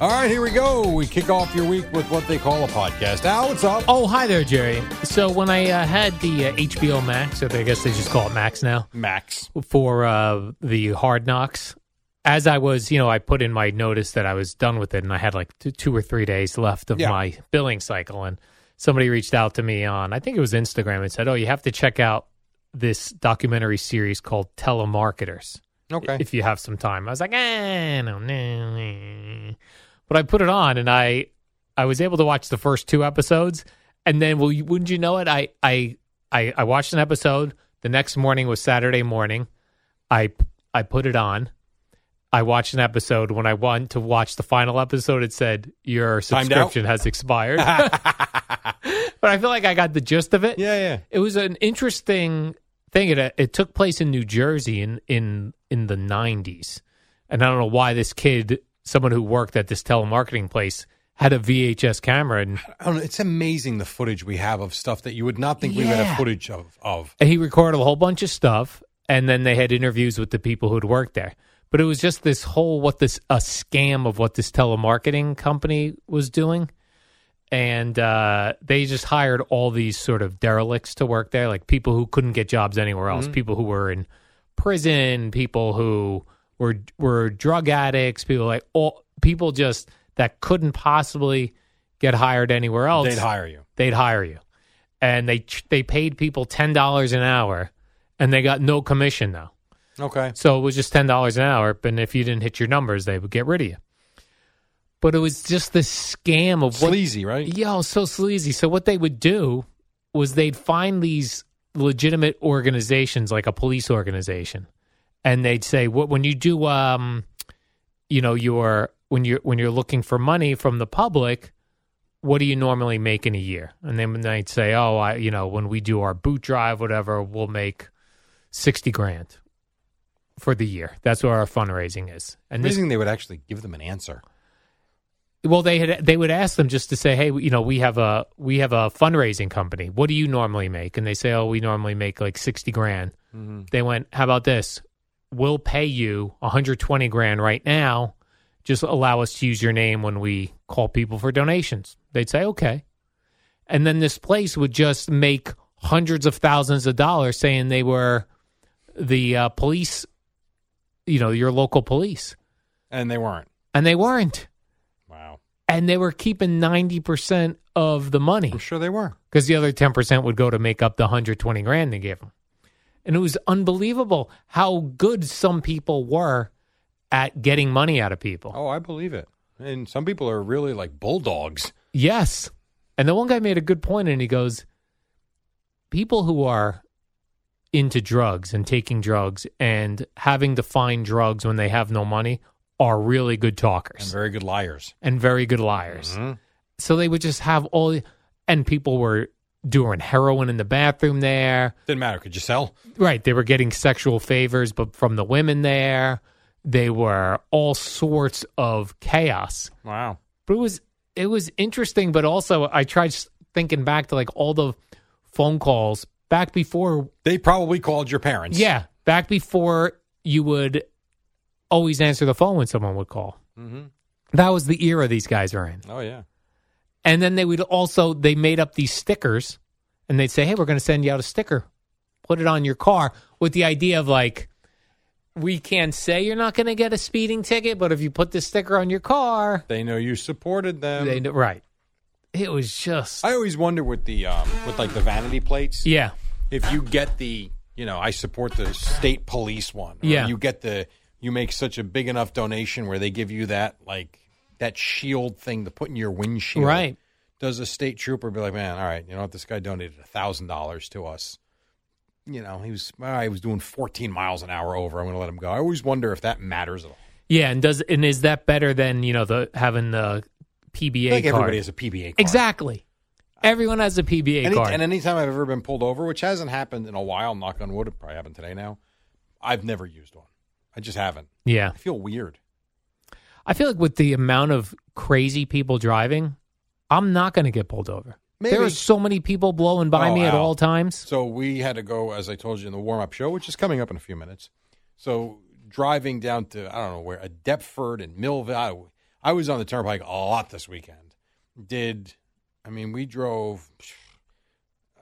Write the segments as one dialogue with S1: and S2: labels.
S1: All right, here we go. We kick off your week with what they call a podcast. Al, what's up?
S2: Oh, hi there, Jerry. So when I uh, had the uh, HBO Max, or I guess they just call it Max now,
S1: Max.
S2: for uh, the Hard Knocks, as I was, you know, I put in my notice that I was done with it, and I had like two, two or three days left of
S1: Yeah.
S2: my billing cycle, and somebody reached out to me on, I think it was Instagram, and said, "Oh, you have to check out this documentary series called Telemarketers."
S1: Okay.
S2: if you have some time. I was like, eh, no, no, no. But I put it on and I I was able to watch the first two episodes and then well you, wouldn't you know it, I, I I I watched an episode. The next morning was Saturday morning. I I put it on. I watched an episode. When I went to watch the final episode, it said your
S1: Timed out?
S2: subscription has expired. but I feel like I got the gist of it
S1: yeah, yeah.
S2: it was an interesting thing. It it took place in New Jersey in in in the nineties, and I don't know why this kid, someone who worked at this telemarketing place, had a VHS camera, and,
S1: I don't know, it's amazing the footage we have of stuff that you would not think we would have footage of. of.
S2: and he recorded a whole bunch of stuff, and then they had interviews with the people who'd worked there. But it was just this whole what this a scam of what this telemarketing company was doing. And uh, they just hired all these sort of derelicts to work there, like people who couldn't get jobs anywhere else, people who were in prison, people who were were drug addicts, people like all people just that couldn't possibly get hired anywhere else.
S1: They'd hire you.
S2: they'd hire you, and they ch- they paid people ten dollars an hour, and they got no commission though.
S1: Okay.
S2: So it was just ten dollars an hour, and if you didn't hit your numbers, they would get rid of you. But it was just this scam of what
S1: Sleazy, right?
S2: Yo, so sleazy. So what they would do was they'd find these legitimate organizations, like a police organization, and they'd say, "What when you do, um, you know, your when you're when you're looking for money from the public, what do you normally make in a year?" And then they'd say, "Oh, I, you know, when we do our boot drive, whatever, we'll make sixty grand for the year. That's what our fundraising is." And this
S1: Amazing they would actually give them an answer.
S2: well, they had they would ask them just to say, "Hey, you know, we have a we have a fundraising company. What do you normally make?" And they say, "Oh, we normally make like sixty grand." They went, "How about this? We'll pay you one hundred twenty grand right now. Just allow us to use your name when we call people for donations." They'd say, "Okay," and then this place would just make hundreds of thousands of dollars saying they were the uh, police, you know, your local police,
S1: And they weren't.
S2: and they weren't
S1: Wow.
S2: and they were keeping 90% of the money
S1: I'm sure they were.
S2: because the other 10% would go to make up the 120 grand they gave them. And it was unbelievable how good some people were at getting money out of people.
S1: Oh, I believe it. And some people are really like bulldogs.
S2: Yes. And the one guy made a good point and he goes, people who are into drugs and taking drugs and having to find drugs when they have no money are really good
S1: And
S2: talkers
S1: very good liars.
S2: and very good liars.
S1: Mhm.
S2: So they would just have all, and people were doing heroin in the bathroom there.
S1: Didn't matter. Could you sell?
S2: Right. They were getting sexual favors, but from the women there. They were all sorts of chaos.
S1: Wow.
S2: But it was it was interesting. But also, I tried s- thinking back to like all the phone calls back before.
S1: They probably called your parents.
S2: Yeah, back before you would always answer the phone when someone would call.
S1: Mhm.
S2: That was the era these guys are in.
S1: Oh yeah.
S2: And then they would also they made up these stickers, and they'd say, "Hey, we're going to send you out a sticker. Put it on your car with the idea of like, we can say you're not going to get a speeding ticket, but if you put this sticker on your car,
S1: They know you supported them.
S2: they know, right." It was just
S1: I always wonder with the um, with like the vanity plates.
S2: yeah,
S1: If you get the you know I support the state police one. or
S2: Yeah.
S1: You get the you make such a big enough donation where they give you that like that shield thing to put in your windshield.
S2: right.
S1: Does a state trooper be like, man, all right, you know what? This guy donated a thousand dollars to us. You know, he was all right, he was doing fourteen miles an hour over. I'm going to let him go. I always wonder if that matters at all.
S2: Yeah, and does and is that better than you know the having the PBA
S1: I think
S2: E card?
S1: everybody has a PBA card.
S2: Exactly. Everyone has a PBA
S1: Any,
S2: card.
S1: and anytime I've ever been pulled over, which hasn't happened in a while, knock on wood, it probably happened today now, I've never used one. I just haven't.
S2: yeah.
S1: I feel weird.
S2: I feel like with the amount of crazy people driving, I'm not going to get pulled over.
S1: Maybe.
S2: There are so many people blowing by
S1: Oh,
S2: me at
S1: wow.
S2: all times.
S1: So we had to go, as I told you in the warm up show, which is coming up in a few minutes. So driving down to, I don't know where, Deptford and Millville. I, I was on the turnpike a lot this weekend. Did, I mean, we drove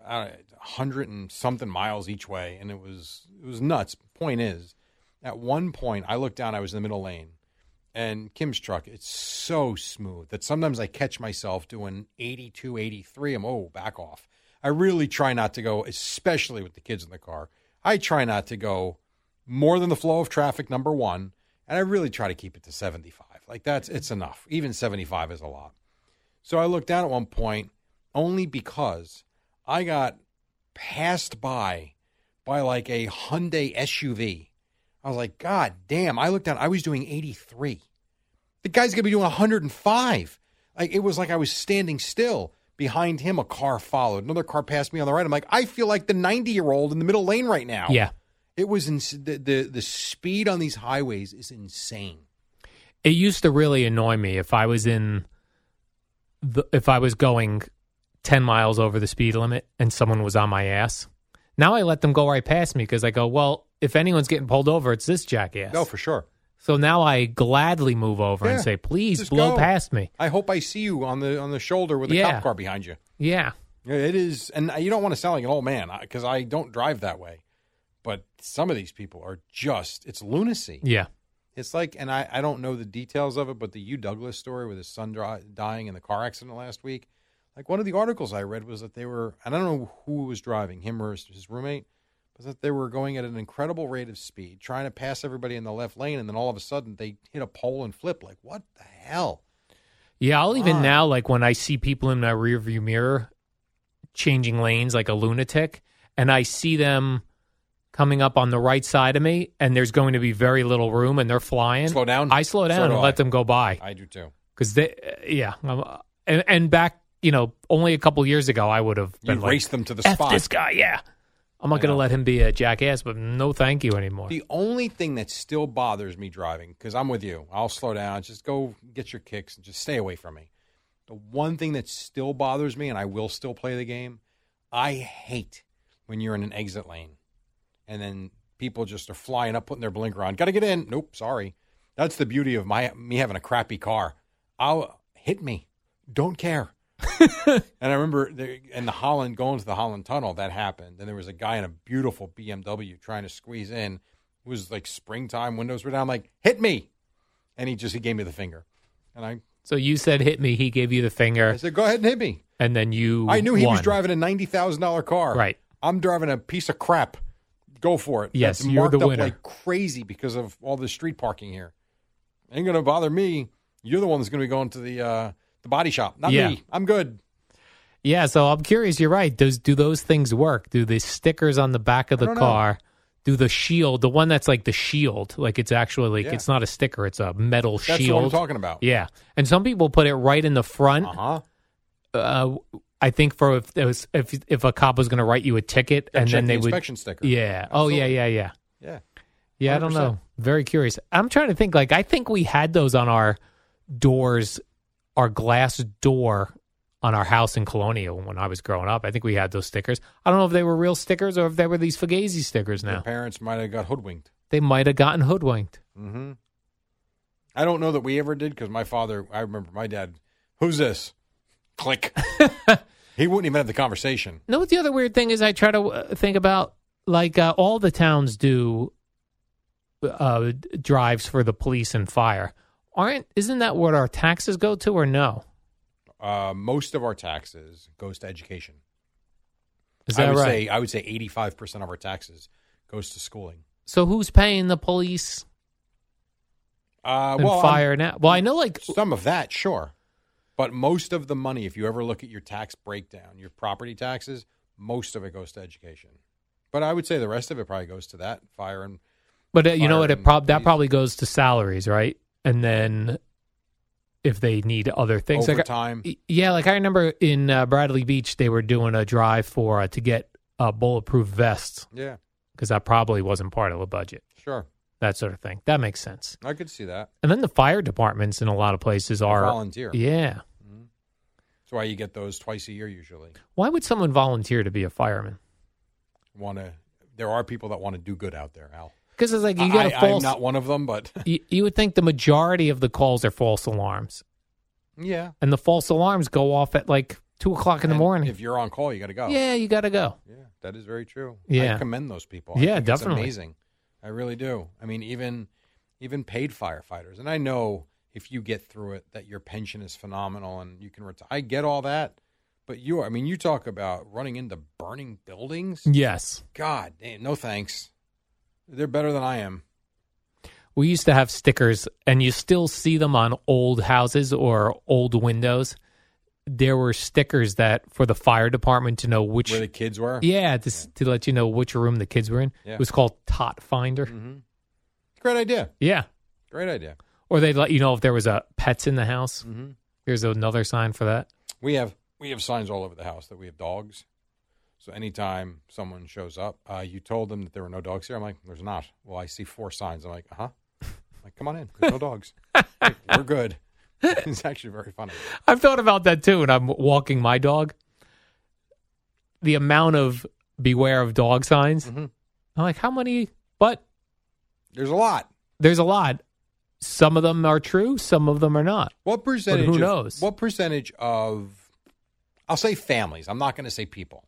S1: I don't know, 100 and something miles each way, and it was it was nuts. Point is, at one point, I looked down, I was in the middle lane, and Kim's truck, it's so smooth that sometimes I catch myself doing 82, 83. I'm, oh, back off. I really try not to go, especially with the kids in the car. I try not to go more than the flow of traffic, number one, and I really try to keep it to 75. Like that's, it's enough. Even 75 is a lot. So I looked down at one point only because I got passed by by like a Hyundai SUV. I was like, God damn. I looked down, I was doing 83. The guy's going to be doing 105. Like, it was like I was standing still. Behind him, a car followed. Another car passed me on the right. I'm like, I feel like the 90 year old in the middle lane right now.
S2: Yeah.
S1: It was ins- the, the, the speed on these highways is insane.
S2: It used to really annoy me if I was in the, if I was going 10 miles over the speed limit and someone was on my ass. Now I let them go right past me because I go, well, if anyone's getting pulled over, it's this jackass.
S1: No, Oh, for sure.
S2: so now I gladly move over
S1: Yeah.
S2: and say, please
S1: Just
S2: blow
S1: go.
S2: past me.
S1: I hope I see you on the on the shoulder with a
S2: Yeah.
S1: cop car behind you.
S2: Yeah.
S1: Yeah, It is, and you don't want to sound like an old man because I don't drive that way. But some of these people are just—it's lunacy.
S2: Yeah.
S1: It's like, and I, I don't know the details of it, but the Hugh Douglas story with his son dri dying in the car accident last week, like one of the articles I read was that they were, and I don't know who was driving, him or his, his roommate, but that they were going at an incredible rate of speed, trying to pass everybody in the left lane, and then all of a sudden they hit a pole and flip. Like, what the hell?
S2: Yeah, I'll even
S1: on.
S2: now like when I see people in my rearview mirror changing lanes like a lunatic, and I see them coming up on the right side of me, and there's going to be very little room, and they're flying.
S1: Slow down.
S2: I slow down
S1: So do
S2: and
S1: I.
S2: let them go by
S1: I do too.
S2: because they, uh, yeah, I'm, uh, and, and back you know only a couple years ago I would have
S1: You
S2: been like,
S1: race them to the
S2: F
S1: spot.
S2: this guy, yeah. I'm not
S1: I
S2: going to
S1: know.
S2: let him be a jackass, but no, thank you anymore.
S1: The only thing that still bothers me driving, because I'm with you, I'll slow down. Just go get your kicks and just stay away from me. The one thing that still bothers me, and I will still play the game, I hate when you're in an exit lane and then people just are flying up, putting their blinker on. Got to get in. Nope, sorry. That's the beauty of my me having a crappy car. I'll hit me. Don't care. And I remember there, in the Holland, going to the Holland Tunnel, that happened. And there was a guy in a beautiful BMW trying to squeeze in. It was like springtime, windows were down. I'm like, hit me. And he just he gave me the finger. And I,
S2: so you said hit me, he gave you the
S1: I
S2: finger,
S1: said, go ahead and hit me.
S2: and then you.
S1: I knew he was
S2: won.
S1: driving a $90,000 car.
S2: Right.
S1: I'm driving a piece of crap. Go for it.
S2: Yes,
S1: That's
S2: you're
S1: marked
S2: the
S1: up
S2: winner.
S1: like crazy because of all the street parking here. Ain't going to bother me. You're the one that's going to be going to the uh, the body shop, not
S2: Yeah.
S1: me. I'm good.
S2: Yeah, so I'm curious. You're right. Does do those things work? Do the stickers on the back of
S1: I
S2: the
S1: don't know.
S2: car? Do the shield, the one that's like the shield, like it's actually like
S1: Yeah.
S2: it's not a sticker, it's a metal
S1: That's
S2: shield.
S1: what I'm talking about.
S2: Yeah, and some people put it right in the front.
S1: Uh huh.
S2: Uh, I think for if there was, if if a cop was going to write you a ticket,
S1: Gotta
S2: and
S1: check
S2: then
S1: the
S2: they would
S1: inspection sticker.
S2: Yeah. Oh yeah, yeah, yeah,
S1: Yeah.
S2: yeah. I don't
S1: 100%.
S2: know. Very curious. I'm trying to think. Like I think we had those on our doors, our glass door on our house in Colonial when I was growing up. I think we had those stickers. I don't know if they were real stickers or if they were these Fugazi stickers.
S1: Your
S2: Now
S1: parents might have got hoodwinked.
S2: they might have gotten hoodwinked.
S1: Mm-hmm. I don't know that we ever did because my father, I remember my dad, who's this? Click. he wouldn't even have the conversation.
S2: You know what the other weird thing is? I try to uh, think about like uh, all the towns do uh, drives for the police and fire. Aren't isn't that what our taxes go to or no?
S1: Uh, most of our taxes goes to education.
S2: Is
S1: I
S2: that
S1: would
S2: right?
S1: say I would say eighty five percent of our taxes goes to schooling.
S2: so who's paying the police
S1: Uh,
S2: and
S1: well, I'm-
S2: fire now? Well, I know like
S1: some of that, sure, but most of the money, if you ever look at your tax breakdown, your property taxes, most of it goes to education. But I would say the rest of it probably goes to that fire and
S2: But uh, you know
S1: fire
S2: what? It
S1: and
S2: prob- that
S1: police.
S2: probably goes to salaries, right? And then if they need other things, like
S1: Overtime.
S2: I- yeah, like I remember in uh, Bradley Beach, they were doing a drive for uh, to get uh, bulletproof vests
S1: yeah,
S2: because that probably wasn't part of the budget.
S1: sure,
S2: That sort of thing. That makes sense.
S1: I could see that.
S2: And then the fire departments in a lot of places are
S1: volunteer.
S2: Yeah.
S1: That's why you get those twice a year usually.
S2: Why would someone volunteer to be a fireman?
S1: Want to? There are people that want to do good out there, Al.
S2: Because it's like you
S1: I,
S2: get a
S1: I'm
S2: false.
S1: not one of them, but
S2: you, you would think the majority of the calls are false alarms,
S1: yeah.
S2: and the false alarms go off at like two o'clock in the
S1: And
S2: morning.
S1: if oh. you're on call, you got to go.
S2: Yeah, you got to go.
S1: Yeah, that is very true.
S2: Yeah.
S1: I commend those people.
S2: Yeah,
S1: I think
S2: definitely.
S1: It's amazing. I really do. I mean, even even paid firefighters, and I know if you get through it, that your pension is phenomenal, and you can retire. I get all that, but you, I mean, you talk about running into burning buildings.
S2: Yes.
S1: God, damn, no thanks. They're better than I am.
S2: We used to have stickers, and you still see them on old houses or old windows. There were stickers that for the fire department to know which,
S1: Where the kids were.
S2: yeah, to, s to let you know which room the kids were in.
S1: Yeah. Mm-hmm.
S2: It was called Tot Finder.
S1: Great idea.
S2: Yeah.
S1: Great idea.
S2: Or they'd let you know if there was a pets in the house.
S1: Mm-hmm.
S2: There's another sign for that.
S1: We have we have signs all over the house that we have dogs. So anytime someone shows up, uh, you told them that there were no dogs here. I'm like, there's not. Well, I see four signs. I'm like, uh huh. Like, come on in. There's no dogs. Like, We're good. It's actually very funny.
S2: I've thought about that too, and I'm walking my dog. The amount of beware of dog signs.
S1: Mm-hmm.
S2: I'm like, how many? But
S1: There's a lot.
S2: there's a lot. Some of them are true, some of them are not.
S1: What percentage? of-
S2: knows?
S1: What percentage of? I'll say families. I'm not going to say people.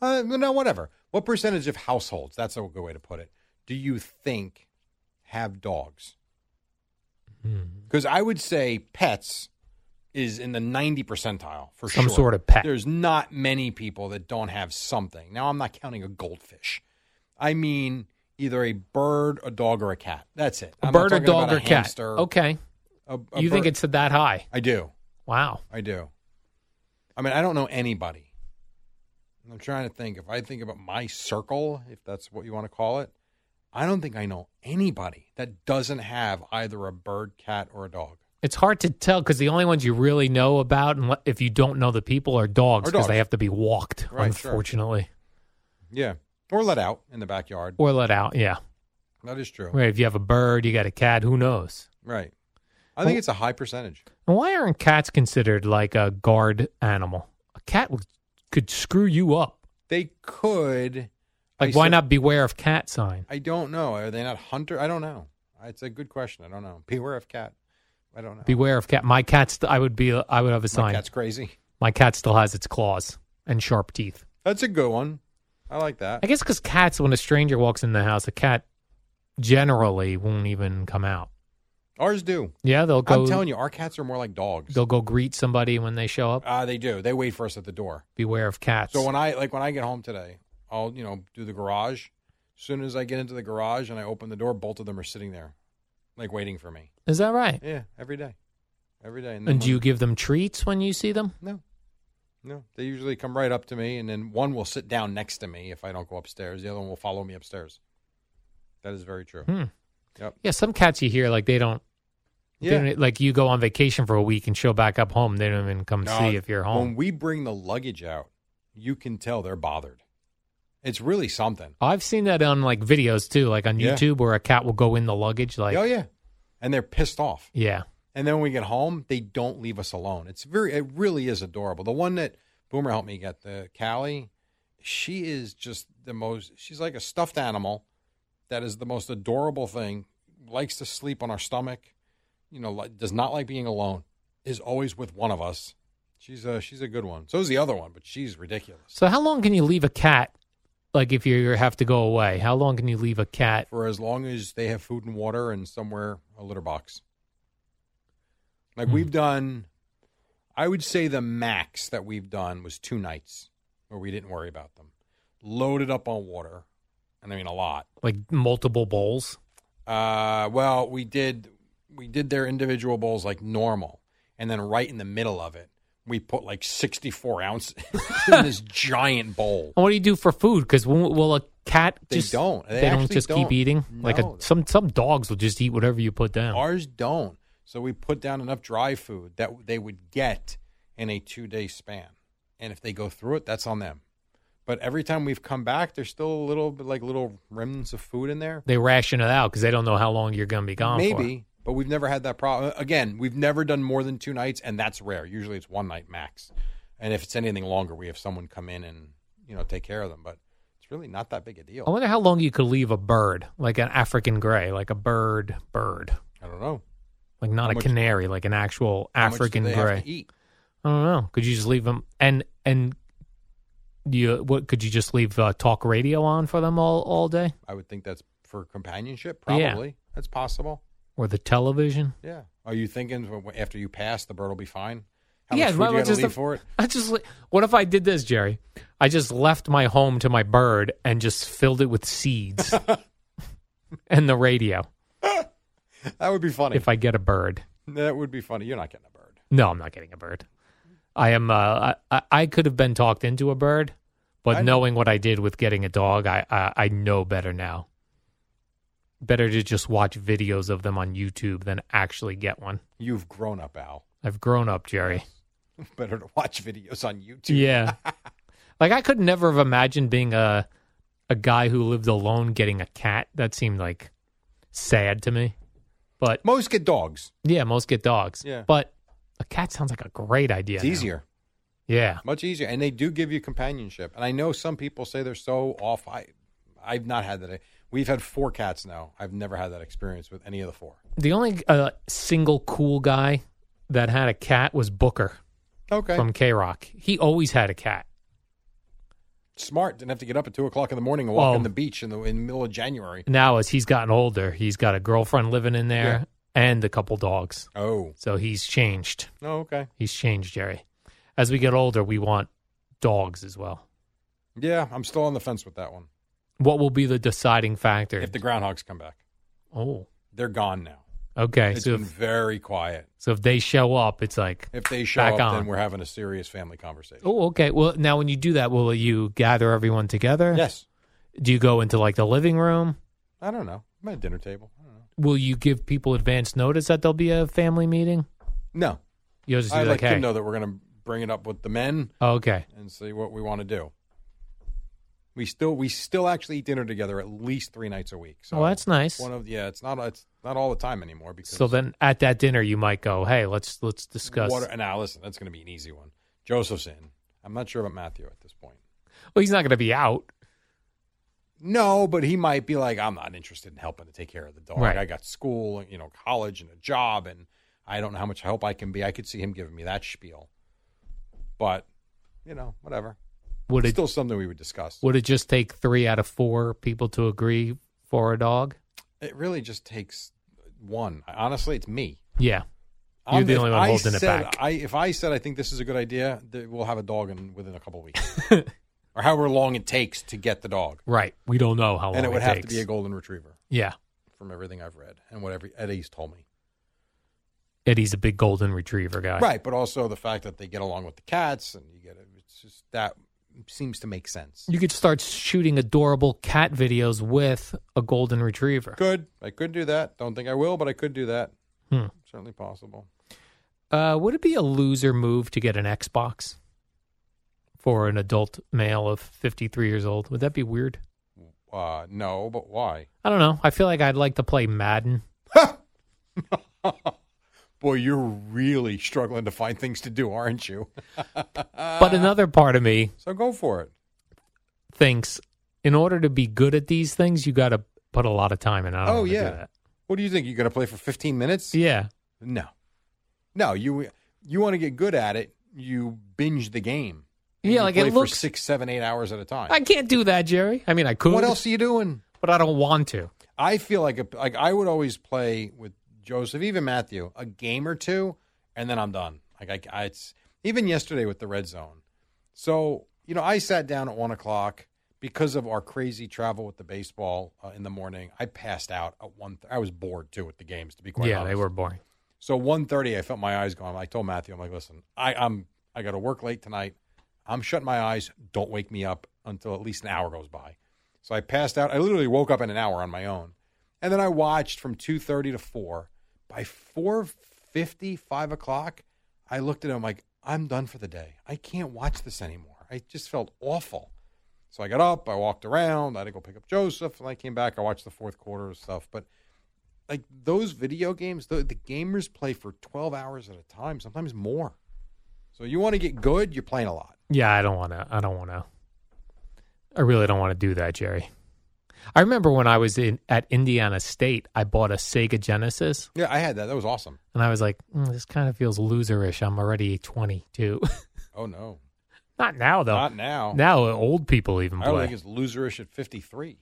S1: Uh, no, whatever. What percentage of households? That's a good way to put it. Do you think have dogs?
S2: Hmm.
S1: Because I would say pets is in the 90 percentile for
S2: Some
S1: sure.
S2: sort of pet.
S1: There's not many people that don't have something. Now I'm not counting a goldfish. I mean either a bird, a dog, or a cat. That's it.
S2: A
S1: I'm not
S2: bird, a
S1: talking about
S2: dog, or cat.
S1: hamster,
S2: Okay.
S1: a- a
S2: You think
S1: bird.
S2: it's that high?
S1: I do.
S2: Wow.
S1: I do. I mean, I don't know anybody. I'm trying to think. If I think about my circle, if that's what you want to call it, I don't think I know anybody that doesn't have either a bird, cat, or a dog.
S2: It's hard to tell because the only ones you really know about, and if you don't know the people, are dogs
S1: Are
S2: because they
S1: dogs.
S2: have to be walked,
S1: Right, sure.
S2: unfortunately,
S1: Yeah. Or let out in the backyard.
S2: or let out. Yeah.
S1: That is true. Right.
S2: Right. If you have a bird, you got a cat. Who knows?
S1: I think it's a high percentage.
S2: And why aren't cats considered like a guard animal? A cat would, could screw you up.
S1: They could. I
S2: Like, why
S1: said-
S2: not beware of cat sign?
S1: I don't know. Are they not hunter? I don't know. It's a good question. I don't know. Beware of cat. I don't know.
S2: Beware of cat. My cat's. I would be. I would have a
S1: My
S2: sign.
S1: cat's crazy.
S2: My cat still has its claws and sharp teeth.
S1: That's a good one. I like that.
S2: I guess because cats, when a stranger walks in the house, a cat generally won't even come out.
S1: Ours do.
S2: Yeah, they'll go.
S1: I'm telling you, our cats are more like dogs.
S2: they'll go greet somebody when they show up.
S1: Uh, they do. They wait for us at the door.
S2: Beware of cats.
S1: So when I like when I get home today, I'll you know do the garage. As soon as I get into the garage and I open the door, both of them are sitting there, like waiting for me.
S2: Is that right?
S1: Yeah, every day, every day. then
S2: And do you
S1: when-
S2: give them treats when you see them?
S1: no, no. They usually come right up to me, and then one will sit down next to me if I don't go upstairs. The other one will follow me upstairs. That is very true.
S2: Hmm.
S1: Yep.
S2: Yeah, some cats you hear like they don't. they
S1: Yeah.
S2: don't- like you go on vacation for a week and show back up home. They don't even come
S1: No,
S2: see if you're
S1: When
S2: home.
S1: we bring the luggage out, you can tell they're bothered. It's really something.
S2: I've seen that on like videos too, like on
S1: Yeah.
S2: YouTube, where a cat will go in the luggage. Like,
S1: oh yeah, and they're pissed off.
S2: yeah.
S1: And then when we get home, they don't leave us alone. It's very, it really is adorable. The one that Boomer helped me get, the Callie, she is just the most, she's like a stuffed animal that is the most adorable thing, likes to sleep on our stomach. you know, like, does not like being alone, is always with one of us. She's a she's a good one. So is the other one, but she's ridiculous.
S2: So how long can you leave a cat? Like if you have to go away, how long can you leave a cat?
S1: For as long as they have food and water and somewhere a litter box. Like
S2: Hmm.
S1: we've done, I would say the max that we've done was two nights where we didn't worry about them, loaded up on water, and I mean a lot.
S2: Like multiple bowls?
S1: Uh, well, we did we did their individual bowls like normal, and then right in the middle of it, we put like sixty four ounces in this giant bowl.
S2: And what do you do for food? Because will, will a cat
S1: They
S2: Oh, just
S1: don't. They
S2: they don't
S1: actually
S2: just
S1: don't.
S2: keep eating? Like a,
S1: No.
S2: some some dogs will just eat whatever you put down.
S1: Ours don't, so we put down enough dry food that they would get in a two day span, and if they go through it, that's on them. But every time we've come back, there's still a little bit like little remnants of food in there.
S2: they ration it out because they don't know how long you're going to be gone. for.
S1: Maybe, but we've never had that problem. Again, we've never done more than two nights, and that's rare. Usually, it's one night max. And if it's anything longer, we have someone come in and you know take care of them. But it's really not that big a deal.
S2: I wonder how long you could leave a bird, like an African gray, like a bird, bird,
S1: I don't know.
S2: like not
S1: How
S2: a
S1: much-
S2: canary, like an actual
S1: How much do
S2: African
S1: they have to
S2: gray.
S1: eat?
S2: I don't know. Could you just leave them and and you what? Could you just leave uh, talk radio on for them all all day
S1: I would think that's for companionship.
S2: Yeah.
S1: Probably that's possible.
S2: or the television?
S1: Yeah. Are you thinking w- after you pass, the bird will be fine? How
S2: Yeah,
S1: much
S2: why not
S1: food do you got to
S2: just
S1: leave
S2: a-
S1: for it?
S2: I just li- what if I did this, Jerry? I just left my home to my bird and just filled it with seeds and the radio.
S1: That would be funny.
S2: If I get a bird,
S1: that would be funny. You're not getting a bird.
S2: no, I'm not getting a bird. I am. Uh, I- I I could have been talked into a bird, but
S1: I-
S2: knowing what I did with getting a dog, I, I I know better now. Better to just watch videos of them on YouTube than actually get one.
S1: You've grown up, Al.
S2: I've grown up, Jerry.
S1: Better to watch videos on YouTube.
S2: Yeah. like I could never have imagined being a a guy who lived alone getting a cat. That seemed like sad to me. But
S1: Most get dogs.
S2: yeah, most get dogs.
S1: Yeah.
S2: But a cat sounds like a great idea.
S1: It's
S2: now.
S1: easier.
S2: Yeah.
S1: much easier and they do give you companionship and i know some people say they're so off i i've not had that we've had four cats now i've never had that experience with any of the four
S2: The only uh, single cool guy that had a cat was Booker
S1: okay
S2: from K Rock. He always had a cat.
S1: smart didn't have to get up at two o'clock in the morning and walk
S2: Well-
S1: on the beach in the in the middle of january
S2: Now, as he's gotten older, he's got a girlfriend living in there and a couple dogs.
S1: oh
S2: So he's changed.
S1: oh okay
S2: He's changed, Jerry. As we get older, we want dogs as well.
S1: yeah i'm still on the fence with that one
S2: What will be the deciding factor?
S1: if the groundhogs come back
S2: oh,
S1: they're gone now
S2: okay.
S1: It's
S2: So
S1: been
S2: if,
S1: very quiet
S2: so if they show up, it's like,
S1: if they show
S2: Back
S1: up
S2: on.
S1: then we're having a serious family conversation
S2: oh, okay. Well, now when you do that, will you gather everyone together?
S1: yes
S2: Do you go into like the living room?
S1: i don't know i'm at a dinner table I don't know.
S2: Will you give people advance notice that there'll be a family meeting?
S1: no
S2: You'll just be
S1: i'd
S2: like,
S1: like
S2: hey,
S1: to know that we're going to bring it up with the men
S2: oh, okay.
S1: and see what we want to do. We still we still actually eat dinner together at least three nights a week. So
S2: well, Oh, that's nice.
S1: one of yeah, it's not it's not all the time anymore because
S2: So then at that dinner, you might go, hey, let's let's discuss.
S1: water. And now listen, that's going to be an easy one. Joseph's in. I'm not sure about Matthew at this point.
S2: Well, he's not going to be out.
S1: No, but he might be like, I'm not interested in helping to take care of the dog.
S2: Right.
S1: I got school, you know, college, and a job, and I don't know how much help I can be. I could see him giving me that spiel, but you know, whatever.
S2: Would
S1: It's
S2: it
S1: still something we would discuss.
S2: would it just take three out of four people to agree for a dog?
S1: It really just takes one. Honestly, it's me.
S2: Yeah. You're the
S1: if
S2: only one
S1: I
S2: holding it
S1: said-
S2: back.
S1: I, if I said I think this is a good idea, that we'll have a dog in within a couple of weeks, or however long it takes to get the dog,
S2: Right. We don't know how long
S1: and it would have
S2: takes.
S1: to be a golden retriever,
S2: yeah.
S1: from everything I've read and what every Eddie's told me.
S2: Eddie's a big golden retriever guy.
S1: Right, but also the fact that they get along with the cats, and you get it. It's just that seems to make sense.
S2: You could start shooting adorable cat videos with a golden retriever.
S1: Could I could do that? Don't think I will, but I could do that.
S2: Hmm.
S1: Certainly possible.
S2: Uh, would it be a loser move to get an Xbox for an adult male of 53 years old? Would that be weird?
S1: Uh, no, but why?
S2: I don't know. I feel like I'd like to play Madden.
S1: Boy, you're really struggling to find things to do, aren't you? Uh,
S2: but another part of me
S1: So go for it.
S2: thinks in order to be good at these things, you got to put a lot of time in. I don't
S1: Oh,
S2: wanna do
S1: yeah.
S2: that.
S1: What do you think? You're going to play for 15 minutes?
S2: Yeah.
S1: No, no. You you want to get good at it? You binge the game.
S2: Yeah,
S1: You
S2: like
S1: play
S2: it looks.
S1: for six, seven, eight hours at a time.
S2: I can't do that, Jerry. I mean, I could.
S1: what else are you doing?
S2: But I don't want to.
S1: I feel like a, like I would always play with Joseph, even Matthew, a game or two, and then I'm done. Like I, I it's even yesterday with the red zone. So you know, I sat down at one o'clock because of our crazy travel with the baseball uh, in the morning. I passed out at one. Th- I was bored too with the games. To be quite
S2: yeah,
S1: honest.
S2: they were boring.
S1: So 1.30, I felt my eyes going. I told Matthew, I'm like, listen, I, I'm I got to work late tonight. I'm shutting my eyes. Don't wake me up until at least an hour goes by. So I passed out. I literally woke up in an hour on my own, and then I watched from 2.30 to four. By 4.50, 5 o'clock, I looked at him like, I'm done for the day. I can't watch this anymore. I just felt awful. So I got up, I walked around, I had to go pick up Joseph, and I came back. I watched the fourth quarter and stuff. But like those video games, the, the gamers play for 12 hours at a time, sometimes more. So you want to get good, you're playing a lot.
S2: Yeah, I don't want to. I don't want to. I really don't want to do that, Jerry. I remember when I was in at Indiana State, I bought a Sega Genesis,
S1: Yeah, I had that. That was awesome.
S2: and I was like, "Mm, "This kind of feels loserish." I'm already 22.
S1: Oh, no.
S2: Not now, though.
S1: Not now.
S2: Now old people even
S1: I don't think
S2: play.
S1: it's loserish at 53.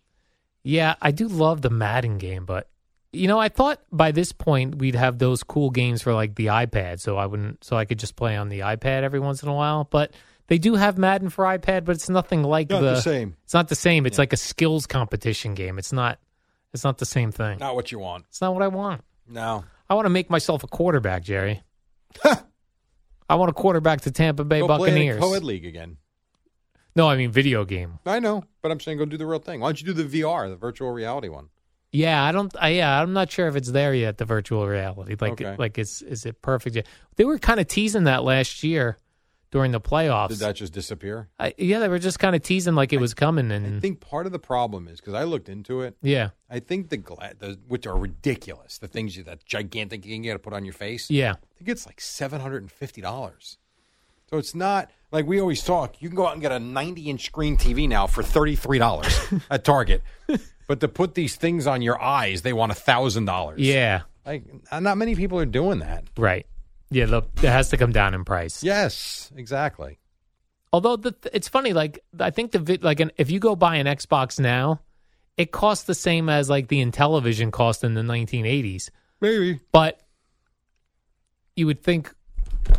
S2: Yeah, I do love the Madden game, but you know, I thought by this point we'd have those cool games for like the iPad, so I wouldn't, so I could just play on the iPad every once in a while. But they do have Madden for iPad, but it's nothing like
S1: Not
S2: the,
S1: the same.
S2: It's not the same. It's like a skills competition game. It's not. It's not the same thing.
S1: Not what you want.
S2: It's not what I want.
S1: No.
S2: I want to make myself a quarterback, Jerry. I want a quarterback to Tampa Bay
S1: go play in a
S2: Buccaneers.
S1: co-ed league again.
S2: No, I mean video game.
S1: I know, but I'm saying go do the real thing. Why don't you do the VR, the virtual reality one?
S2: Yeah, I don't. I, yeah, I'm not sure if it's there yet. The virtual reality, like,
S1: Okay.
S2: like is is it perfect? Yet? They were kind of teasing that last year during the playoffs.
S1: Did that just disappear?
S2: I, yeah, they were just kind of teasing like it was coming, and
S1: I think part of the problem is because I looked into it.
S2: yeah,
S1: I think the, gla- the which are ridiculous, the things you, that gigantic thing you got to put on your face.
S2: yeah,
S1: I think it's like seven hundred and fifty dollars. So it's not like we always talk. You can go out and get a ninety-inch screen TV now for thirty-three dollars at Target, but to put these things on your eyes, they want thousand dollars.
S2: yeah,
S1: like not many people are doing that.
S2: right. Yeah, the, it has to come down in price.
S1: Yes, exactly.
S2: Although the, it's funny, like I think the vid, like an, if you go buy an Xbox now, it costs the same as like the Intellivision cost in the 1980s,
S1: Maybe
S2: but you would think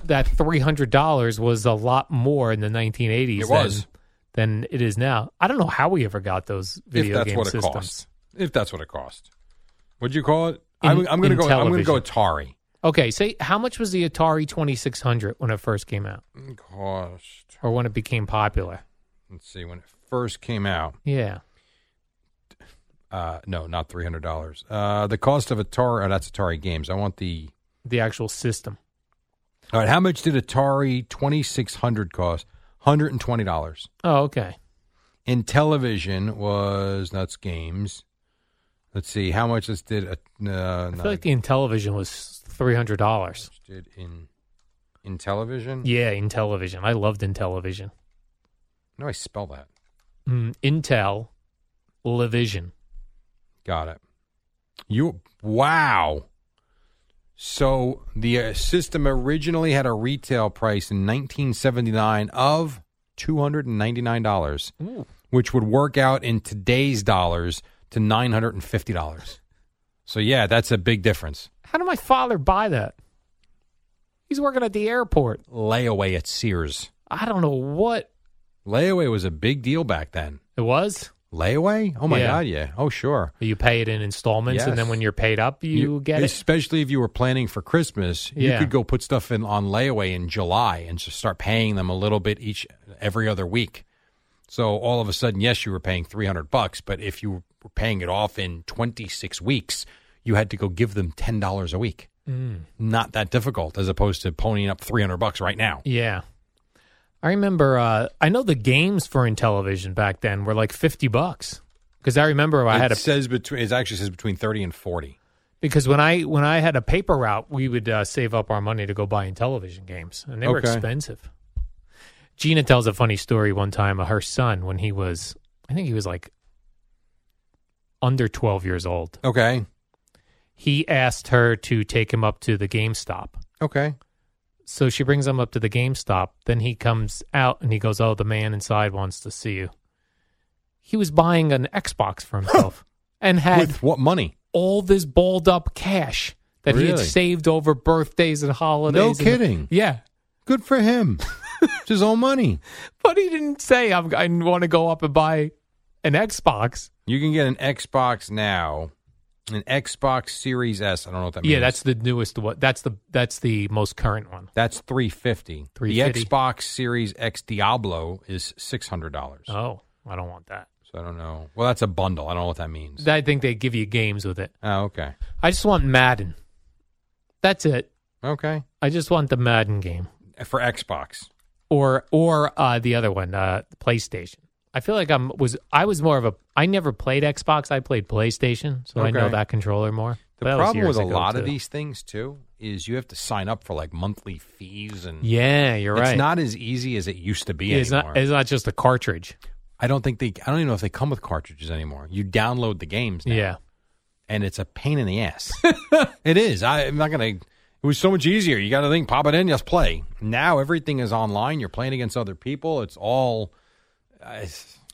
S2: that three hundred dollars was a lot more in the 1980s.
S1: It was.
S2: Than, than it is now. I don't know how we ever got those video
S1: if that's
S2: game
S1: what it
S2: systems.
S1: costs. If that's what it cost, what'd you call it?
S2: In-
S1: I'm, I'm going to
S2: in
S1: go. I'm going to go
S2: television.
S1: Atari.
S2: Okay, say how much was the Atari 2600 when it first came out,
S1: Cost.
S2: or when it became popular?
S1: Let's see when it first came out.
S2: Yeah,
S1: Uh, no, not three hundred dollars. Uh, the cost of Atari. Oh, that's Atari games. I want the.
S2: the actual system.
S1: All right, how much did Atari 2600 cost? $120.
S2: Oh, okay.
S1: In television was that's games. Let's see how much this did uh, no,
S2: I
S1: no,
S2: feel like the Intellivision was three hundred dollars.
S1: much did in in television?
S2: Yeah, Intellivision. I loved Intellivision.
S1: No, I spell that.
S2: Mm, Intel, Levision.
S1: Got it. You wow. So the uh, system originally had a retail price in 1979 of $299, which would work out in today's dollars to $950. so yeah, that's a big difference.
S2: How did my father buy that? He's working at the airport.
S1: Layaway at Sears.
S2: I don't know what
S1: Layaway was a big deal back then.
S2: it was.
S1: Layaway? Oh my
S2: Yeah.
S1: god, yeah. Oh sure.
S2: You pay it in installments, and then
S1: Yes.
S2: when you're paid up, you, get it.
S1: Especially if you were planning for Christmas, you
S2: Yeah.
S1: could go put stuff in on layaway in July and just start paying them a little bit each every other week. So all of a sudden, yes, you were paying three hundred bucks, but if you were paying it off in twenty six weeks, you had to go give them ten dollars a week.
S2: Mm.
S1: Not that difficult, as opposed to ponying up three hundred bucks right now.
S2: Yeah. I remember. Uh, I know the games for Intellivision back then were like fifty bucks because I remember I
S1: it
S2: had a
S1: says between it actually says between thirty and forty.
S2: because when I when I had a paper route, we would uh, save up our money to go buy Intellivision games, and they were
S1: Okay.
S2: expensive. Gina tells a funny story one time of her son when he was, I think he was like under twelve years old.
S1: Okay,
S2: he asked her to take him up to the GameStop.
S1: Okay.
S2: So she brings him up to the GameStop. Then he comes out and he goes, "Oh, the man inside wants to see you." He was buying an Xbox for himself and had
S1: With what money?
S2: all this balled up cash that he had
S1: Really?
S2: saved over birthdays and holidays. and-
S1: kidding.
S2: yeah,
S1: Good for him. it's his own money.
S2: but he didn't say I'm, I want to go up and buy an Xbox.
S1: You can get an Xbox now, an Xbox Series S. I don't know what that means.
S2: Yeah, that's the newest one. That's the that's the most current one.
S1: that's three fifty. The
S2: 350.
S1: Xbox Series X Diablo is six hundred dollars.
S2: Oh, I don't want that.
S1: So I don't know. Well, that's a bundle. I don't know what that means.
S2: I think they give you games with it.
S1: oh, okay,
S2: I just want Madden. That's it.
S1: okay.
S2: I just want the Madden game
S1: For Xbox,
S2: or or uh, the other one, uh, PlayStation. I feel like I'm was I was more of a I never played Xbox. I played PlayStation, so I know
S1: Okay.
S2: that controller more. But
S1: the
S2: that was
S1: problem
S2: years
S1: with a
S2: ago,
S1: lot of
S2: too.
S1: these things too is you have to sign up for like monthly fees and
S2: Yeah, you're right.
S1: It's not as easy as it used to be
S2: Yeah, it's
S1: anymore.
S2: not. It's not just a cartridge.
S1: I don't think they. I don't even know if they come with cartridges anymore. You download the games. Now.
S2: Yeah.
S1: and it's a pain in the ass. it is. I, am not going to. It was so much easier. You got to think, pop it in, just play. Now everything is online. You're playing against other people. It's all. I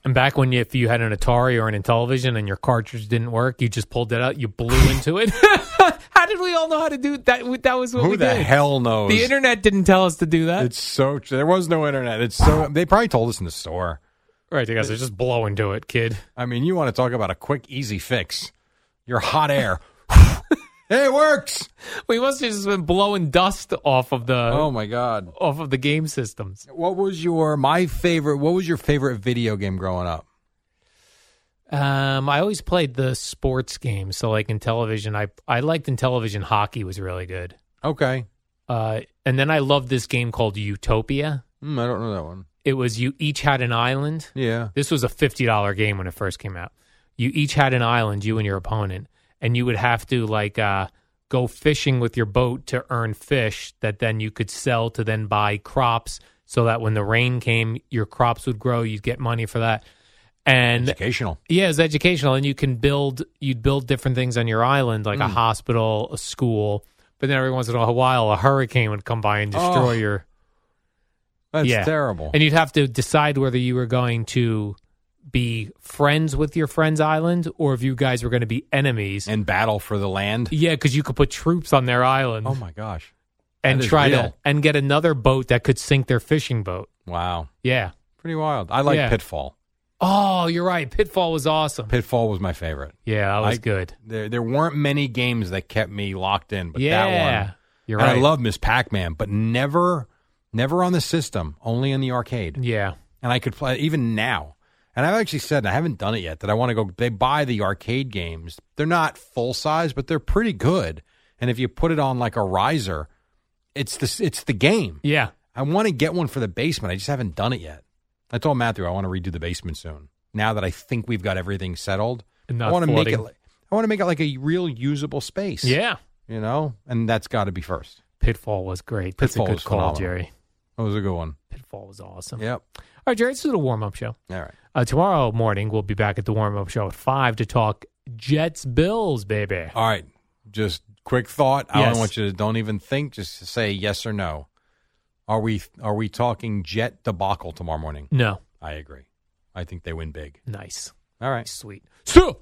S2: And back when you, if you had an Atari or an Intellivision and your cartridge didn't work, you just pulled it out, you blew into it. how did we all know how to do that? That was what
S1: who
S2: we
S1: the
S2: did.
S1: hell knows?
S2: The internet didn't tell us to do that.
S1: It's so. tr- There was no internet. It's so. They probably told us in the store.
S2: right, you guys are just blow into it, kid.
S1: I mean, you want to talk about a quick, easy fix? Your hot air. it works.
S2: We must have just been blowing dust off of the
S1: oh my god.
S2: off of the game systems.
S1: What was your my favorite? What was your favorite video game growing up?
S2: Um, I always played the sports games. So like in television, I I liked in television hockey was really good.
S1: Okay.
S2: Uh, and then I loved this game called Utopia.
S1: Hmm, I don't know that one.
S2: It was you each had an island.
S1: Yeah.
S2: This was a fifty dollar game when it first came out. You each had an island, you and your opponent, and you would have to like uh, go fishing with your boat to earn fish that then you could sell to then buy crops. So that when the rain came, your crops would grow. You'd get money for that, and
S1: Educational.
S2: yeah, it's educational, and you can build you'd build different things on your island, like
S1: Mm.
S2: a hospital, a school. But then every once in a while, a hurricane would come by and destroy
S1: Oh.
S2: your.
S1: That's
S2: yeah.
S1: terrible.
S2: And you'd have to decide whether you were going to be friends with your friend's island or if you guys were going to be enemies.
S1: and battle for the land.
S2: yeah, because you could put troops on their island
S1: Oh my gosh!
S2: and
S1: that is
S2: try to
S1: real.
S2: and get another boat that could sink their fishing boat.
S1: Wow,
S2: Yeah.
S1: pretty wild. I like
S2: Yeah.
S1: Pitfall.
S2: Oh, you're right. Pitfall was awesome.
S1: Pitfall was my favorite.
S2: yeah, that was
S1: I-
S2: good.
S1: There, there weren't many games that kept me locked in, but
S2: yeah,
S1: that one.
S2: you're
S1: and
S2: right.
S1: I love Miss Pac-Man, but never, never on the system, only in the arcade.
S2: yeah.
S1: And I could play even now. And I've actually said and I haven't done it yet that I want to go. They buy the arcade games. They're not full size, but they're pretty good. And if you put it on like a riser, it's the it's the game.
S2: Yeah.
S1: I want to get one for the basement. I just haven't done it yet. I told Matthew I want to redo the basement soon. Now that I think we've got everything settled,
S2: And not
S1: I want to make it.
S2: flooding.
S1: Like, I want to make it like a real usable space.
S2: Yeah.
S1: you know, and that's got to be first.
S2: Pitfall was great. That's
S1: Pitfall
S2: a good
S1: was
S2: call,
S1: phenomenal.
S2: Jerry.
S1: That was a good one.
S2: Pitfall was awesome.
S1: Yep.
S2: All right, Jerry, this is a warm up show.
S1: All right.
S2: Uh, tomorrow morning, we'll be back at the warm up show at 5 to talk Jets Bills, baby.
S1: All right. Just quick thought. I
S2: Yes.
S1: don't want you to don't even think. Just say yes or no. Are we are we talking jet debacle tomorrow morning?
S2: No.
S1: I agree. I think they win big.
S2: Nice.
S1: All right.
S2: Sweet. So,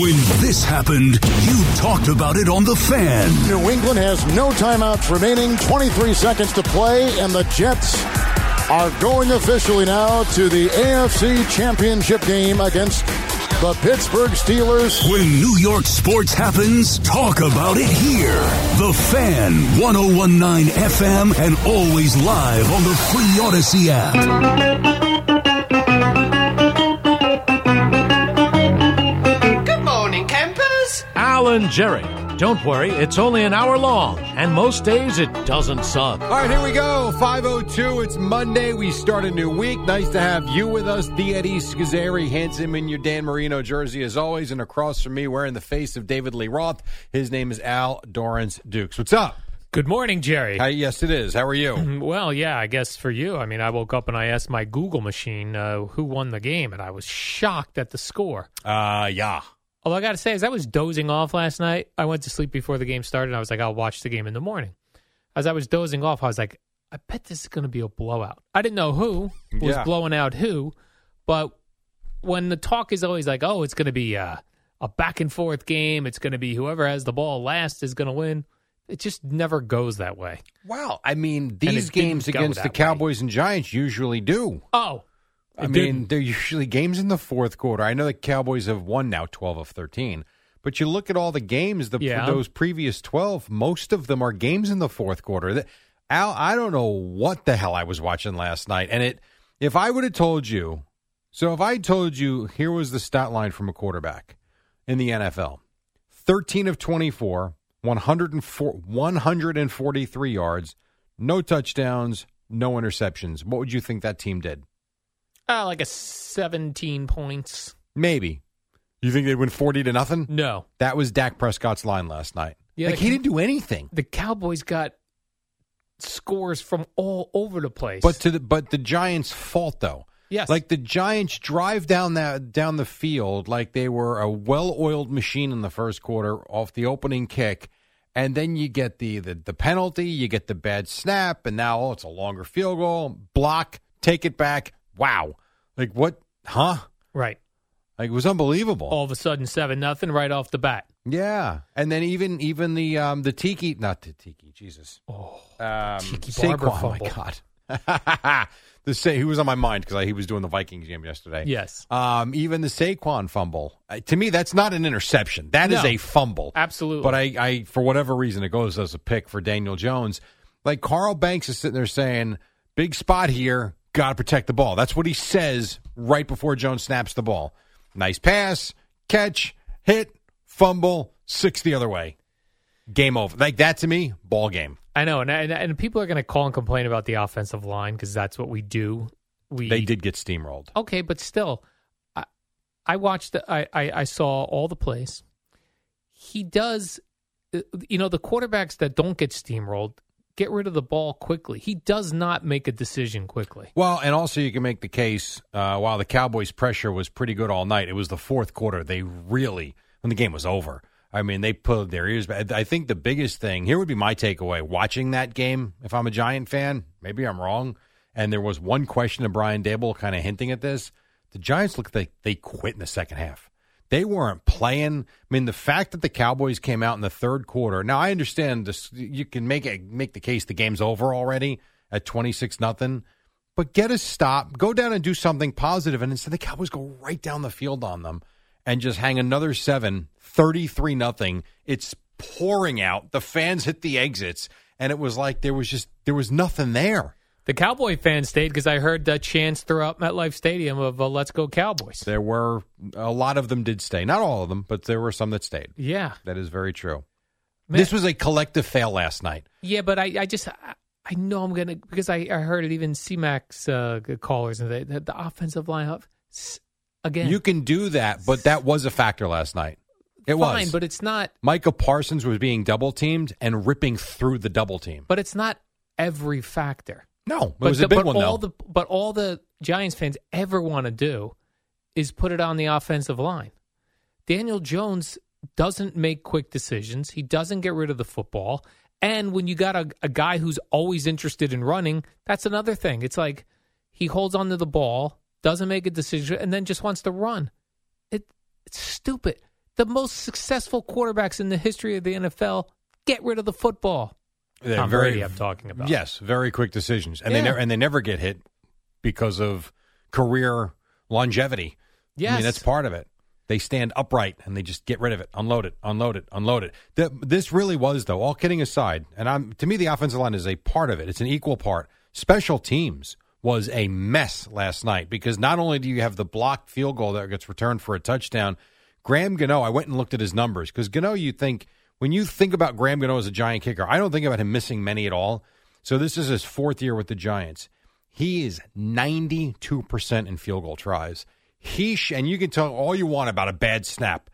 S3: When this happened, you talked about it on The Fan.
S4: New England has no timeouts remaining, 23 seconds to play, and the Jets are going officially now to the AFC Championship game against the Pittsburgh Steelers.
S3: When New York sports happens, talk about it here. The Fan, 1019 FM, and always live on the Free Odyssey app.
S5: Good morning, campers.
S6: Alan Jerry. Don't worry, it's only an hour long, and most days it doesn't suck.
S1: All right, here we go. 502. It's Monday. We start a new week. Nice to have you with us, the Eddie Scazzeri, handsome in your Dan Marino jersey as always. And across from me, wearing the face of David Lee Roth, his name is Al Dorrance Dukes. What's up?
S2: Good morning, Jerry.
S1: Hi, yes, it is. How are you?
S2: Well, yeah, I guess for you. I mean, I woke up and I asked my Google machine uh, who won the game, and I was shocked at the score.
S1: Uh, yeah.
S2: Although I got to say, as I was dozing off last night, I went to sleep before the game started. And I was like, I'll watch the game in the morning. As I was dozing off, I was like, I bet this is going to be a blowout. I didn't know who was
S1: Yeah.
S2: blowing out who, but when the talk is always like, oh, it's going to be a, a back and forth game, it's going to be whoever has the ball last is going to win. It just never goes that way.
S1: Wow. I mean,
S2: it
S1: these
S2: didn't
S1: games
S2: go
S1: against the
S2: that way.
S1: Cowboys and Giants usually do.
S2: Oh,
S1: I
S2: It
S1: mean,
S2: didn't.
S1: they're usually games in the fourth quarter. I know the Cowboys have won now 12 of 13, but you look at all the games, the
S2: Yeah.
S1: those previous 12, most of them are games in the fourth quarter. That- Al, I don't know what the hell I was watching last night. And it if I would have told you, so if I told you here was the stat line from a quarterback in the NFL. 13 of 24, 104 143 yards, no touchdowns, no interceptions. What would you think that team did?
S2: uh, like a 17 points.
S1: Maybe. You think they win 40 to nothing?
S2: No.
S1: That was Dak Prescott's line last night.
S2: Yeah,
S1: like,
S2: they
S1: he
S2: can-
S1: didn't do anything.
S2: The Cowboys got scores from all over the place.
S1: But to the but the Giants' fault though.
S2: Yes.
S1: Like the Giants drive down that down the field like they were a well-oiled machine in the first quarter off the opening kick. And then you get the, the the penalty, you get the bad snap, and now oh, it's a longer field goal, block, take it back. Wow. Like what? Huh?
S2: right.
S1: Like it was unbelievable.
S2: all of a sudden seven nothing right off the bat.
S1: Yeah, and then even even the um the tiki not the tiki Jesus
S2: Oh,
S1: um,
S2: Tiki Barber
S1: Saquon, oh my God the say he was on my mind because he was doing the Vikings game yesterday
S2: Yes.
S1: um even the Saquon fumble uh, to me that's not an interception that is
S2: No.
S1: a fumble
S2: Absolutely.
S1: but I I for whatever reason it goes as a pick for Daniel Jones like Carl Banks is sitting there saying big spot here got to protect the ball that's what he says right before Jones snaps the ball nice pass catch hit fumble six the other way game over like that to me ball game
S2: I know, and and, and people are going to call and complain about the offensive line because that's what we do. We
S1: they did get steamrolled
S2: okay, but still, I I watched. The, I, I I saw all the plays. He does, uh, you know, the quarterbacks that don't get steamrolled get rid of the ball quickly. He does not make a decision quickly.
S1: Well, and also you can make the case uh, while the Cowboys' pressure was pretty good all night, it was the fourth quarter. They really, when the game was over, I mean, they pulled their ears back. I think the biggest thing here would be my takeaway watching that game. If I'm a Giant fan, maybe I'm wrong. And there was one question to Brian Dable kind of hinting at this. The Giants looked like they quit in the second half. They weren't playing. I mean, the fact that the Cowboys came out in the third quarter. Now, I understand this, you can make it, make the case the game's over already at twenty six nothing but get a stop, go down and do something positive, and instead the Cowboys go right down the field on them and just hang another seven, 33 nothing. It's pouring out. The fans hit the exits, and it was like there was just there was nothing there.
S2: The Cowboy fans stayed because I heard the chants throughout MetLife Stadium of uh, "Let's Go Cowboys."
S1: There were a lot of them did stay, not all of them, but there were some that stayed.
S2: Yeah,
S1: That is very true.
S2: Man.
S1: This was a collective fail last night.
S2: Yeah, but I, I just I, I know I'm gonna because I, I heard it even CMAX uh, g- callers and they, the, the offensive lineup s- again.
S1: You can do that, but that was a factor last night. It
S2: fine,
S1: was.
S2: but it's not.
S1: Micah Parsons was being double teamed and ripping through the double team.
S2: But it's not every factor.
S1: No, it
S2: but
S1: was
S2: the-
S1: a big
S2: but
S1: one though.
S2: all the but all the Giants fans ever want to do is put it on the offensive line. Daniel Jones doesn't make quick decisions. He doesn't get rid of the football. And when you got a, a guy who's always interested in running, that's another thing. It's like he holds onto the ball, doesn't make a decision, and then just wants to run. It it's stupid. the most successful quarterbacks in the history of the NFL get rid of the football.
S1: They're
S2: Tom
S1: very-
S2: Brady, I'm talking about.
S1: Yes, very quick decisions, and
S2: Yeah.
S1: they never and they never get hit because of career longevity. I
S2: Yes.
S1: mean that's part of it. They stand upright and they just get rid of it, unload it, unload it, unload it. Th- this really was though. All kidding aside, and I'm to me the offensive line is a part of it. It's an equal part. Special teams was a mess last night because not only do you have the blocked field goal that gets returned for a touchdown, Graham Gano. I went and looked at his numbers because Gano, you think when you think about Graham Gano as a Giant kicker, I don't think about him missing many at all. So this is his fourth year with the Giants. He is 92% in field goal tries. He sh- and you can tell all you want about a bad snap.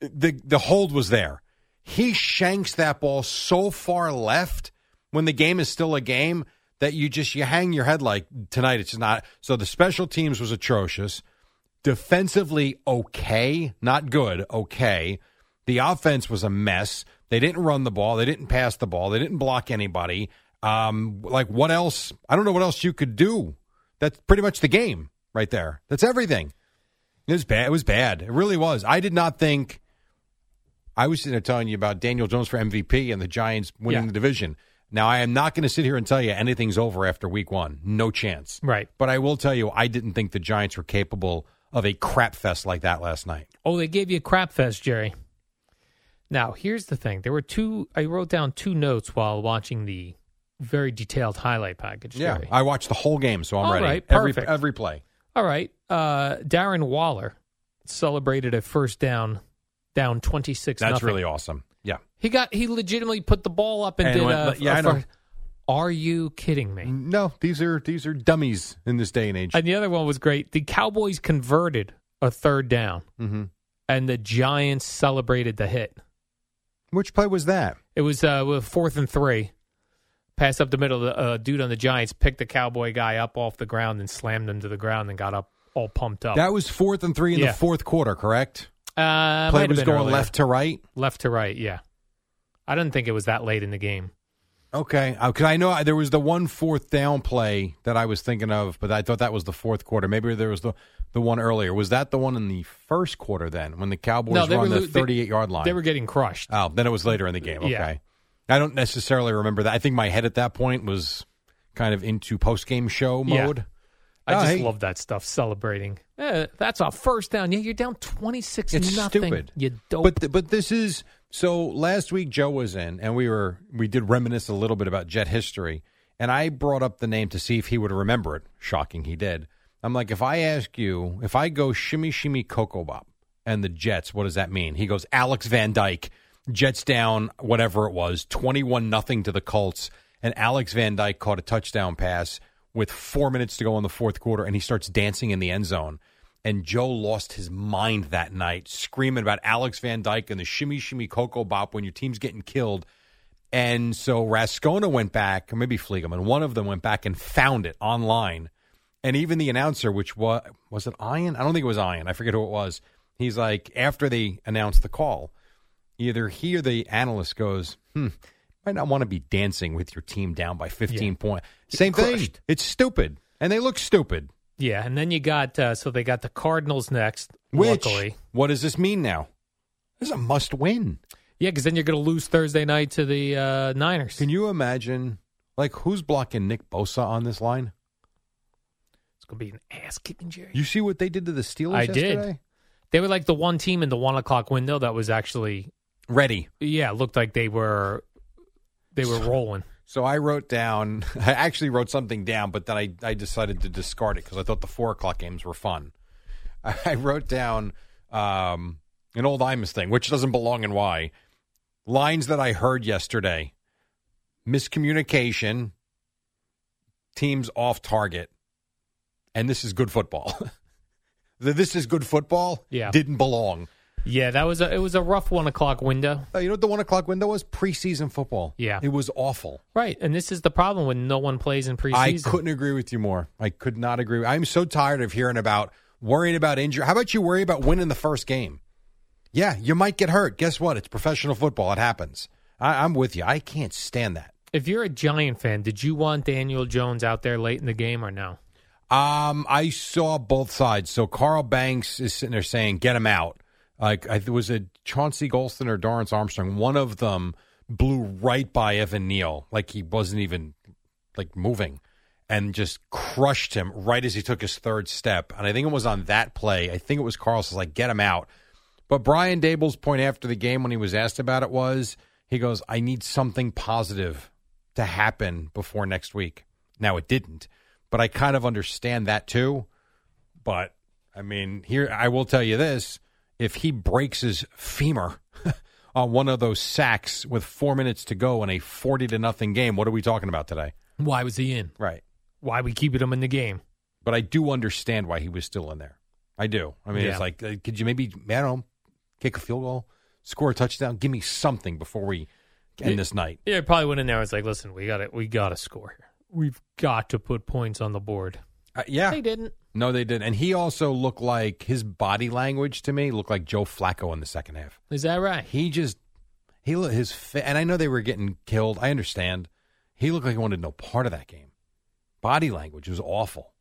S1: The the hold was there. He shanks that ball so far left when the game is still a game that you just you hang your head like tonight it's not. So the special teams was atrocious. Defensively okay, not good, okay. The offense was a mess. They didn't run the ball. They didn't pass the ball. They didn't block anybody. Um, like what else? I don't know what else you could do. That's pretty much the game right there. That's everything. It was bad. It was bad. It really was. I did not think. I was sitting there telling you about Daniel Jones for MVP and the Giants winning
S2: Yeah.
S1: the division. Now I am not going to sit here and tell you anything's over after Week One. No chance.
S2: Right.
S1: But I will tell you, I didn't think the Giants were capable of a crap fest like that last night.
S2: Oh, they gave you a crap fest, Jerry. Now, here's the thing. There were two. I wrote down two notes while watching the very detailed highlight package.
S1: Yeah,
S2: Jerry.
S1: I watched the whole game, so I'm
S2: All
S1: ready.
S2: right,
S1: every
S2: perfect.
S1: every play.
S2: All right. Uh, Darren Waller celebrated a first down, down twenty six.
S1: That's really awesome. Yeah.
S2: He got. He legitimately put the ball up and,
S1: And
S2: did. uh,
S1: went-
S2: a,
S1: yeah,
S2: a
S1: I know.
S2: first- Are you kidding me?
S1: No, these are these are dummies in this day and age.
S2: And the other one was great. The Cowboys converted a third down,
S1: mm-hmm.
S2: and the Giants celebrated the hit.
S1: Which play was that?
S2: It was uh, with fourth and three. Pass up the middle. The uh, dude on the Giants picked the cowboy guy up off the ground and slammed him to the ground and got up all pumped up.
S1: That was fourth and three in
S2: Yeah.
S1: the fourth quarter, correct?
S2: uh, might
S1: play
S2: have
S1: was
S2: been
S1: going
S2: earlier.
S1: left to right.
S2: left to right. Yeah, I didn't think it was that late in the game.
S1: Okay, because I know I- there was the one fourth down play that I was thinking of, but I thought that was the fourth quarter. Maybe there was the the one earlier. Was that the one in the first quarter then, when the Cowboys
S2: No,
S1: were
S2: they
S1: on
S2: were
S1: the
S2: lo- they-
S1: thirty-eight yard line?
S2: They were getting crushed.
S1: oh, then it was later in the game. Okay,
S2: Yeah.
S1: I don't necessarily remember that. I think my head at that point was kind of into post-game show
S2: Yeah.
S1: mode.
S2: I
S1: Oh,
S2: just
S1: hey.
S2: love that stuff. Celebrating. Eh, that's a first down. Yeah, you're down twenty six.
S1: It's
S2: nothing.
S1: stupid.
S2: You dope.
S1: But th- but this is so. Last week Joe was in, and we were we did reminisce a little bit about Jet history, and I brought up the name to see if he would remember it. Shocking, he did. I'm like, if I ask you, if I go shimmy shimmy cocoa bop and the Jets, what does that mean? He goes Alex Van Dyke, Jets down whatever it was, twenty one nothing to the Colts, and Alex Van Dyke caught a touchdown pass with four minutes to go in the fourth quarter, and he starts dancing in the end zone and Joe lost his mind that night, screaming about Alex Van Dyke and the shimmy shimmy cocoa bop when your team's getting killed. And so Rascona went back, or maybe Fliegelman, one of them went back and found it online. And even the announcer, which was was it Ian? I don't think it was Ian. I forget who it was. He's like, after they announced the call, either he or the analyst goes, hmm, might not want to be dancing with your team down by 15 points. Same thing.
S2: crushed.
S1: It's stupid. And they look stupid.
S2: yeah, and then you got uh, so they got the Cardinals next.
S1: Which,
S2: luckily,
S1: what does this mean now? This is a must win.
S2: yeah, because then you're going to lose Thursday night to the uh, Niners.
S1: Can you imagine, like, who's blocking Nick Bosa on this line?
S2: It's going to be an ass kicking, Jerry.
S1: You see what they did to the Steelers
S2: I
S1: yesterday?
S2: did. They were like the one team in the one o'clock window that was actually,
S1: Ready.
S2: yeah, looked like they were, they were rolling.
S1: So I wrote down, I actually wrote something down, but then I, I decided to discard it because I thought the four o'clock games were fun. I, I wrote down um, an old Imus thing, which doesn't belong in why. Lines that I heard yesterday miscommunication, teams off target, and this is good football. the this is good football
S2: Yeah.
S1: didn't belong.
S2: Yeah, that was a it was a rough one o'clock window.
S1: Uh, you know what the one o'clock window was? Preseason football.
S2: Yeah.
S1: It was awful.
S2: Right, and this is the problem when no one plays in preseason.
S1: I couldn't agree with you more. I could not agree. I'm so tired of hearing about worrying about injury. How about you worry about winning the first game? Yeah, you might get hurt. Guess what? It's professional football. It happens. I, I'm with you. I can't stand that.
S2: If you're a Giant fan, did you want Daniel Jones out there late in the game or no?
S1: Um, I saw both sides. So Carl Banks is sitting there saying, "Get him out," Like I it was it Chauncey Golston or Dorrance Armstrong. One of them blew right by Evan Neal, like he wasn't even like moving, and just crushed him right as he took his third step. And I think it was on that play. I think it was Carlson's like get him out. But Brian Dable's point after the game when he was asked about it was he goes, I need something positive to happen before next week. Now it didn't, but I kind of understand that too. But I mean, here I will tell you this: if he breaks his femur on one of those sacks with four minutes to go in a forty to nothing game, what are we talking about today?
S2: Why was he in?
S1: Right.
S2: Why we keeping him in the game?
S1: But I do understand why he was still in there. I do. I mean,
S2: Yeah.
S1: it's like, uh, could you maybe, I don't know, kick a field goal, score a touchdown, give me something before we end
S2: Yeah.
S1: this night?
S2: Yeah, he probably went in there. and was like, listen, we got to We got to score here. We've got to put points on the board.
S1: Uh, yeah.
S2: They didn't.
S1: No, they didn't. And he also looked like his body language to me looked like Joe Flacco in the second half.
S2: Is that right?
S1: He just he looked his fa- and I know they were getting killed. I understand. He looked like he wanted no part of that game. Body language was awful.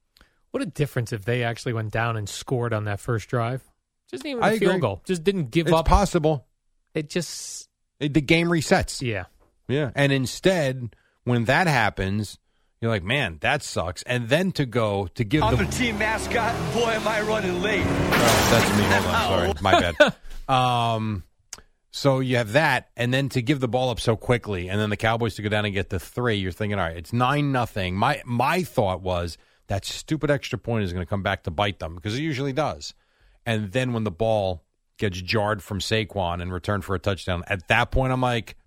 S2: What a difference if they actually went down and scored on that first drive. Just even a
S1: I
S2: field
S1: agree.
S2: goal. Just didn't give
S1: it's
S2: up.
S1: possible.
S2: It just
S1: It- the game resets.
S2: yeah.
S1: Yeah. And instead, when that happens, you're like, man, that sucks. And then to go to give
S7: I'm
S1: the
S7: the team mascot. Boy, am I running late.
S1: Oh, that's me. Hold on. Sorry. My bad. Um, so you have that, and then to give the ball up so quickly, and then the Cowboys to go down and get the three, you're thinking, all right, it's nine nothing. My my thought was that stupid extra point is going to come back to bite them because it usually does. And then when the ball gets jarred from Saquon and returned for a touchdown, at that point I'm like,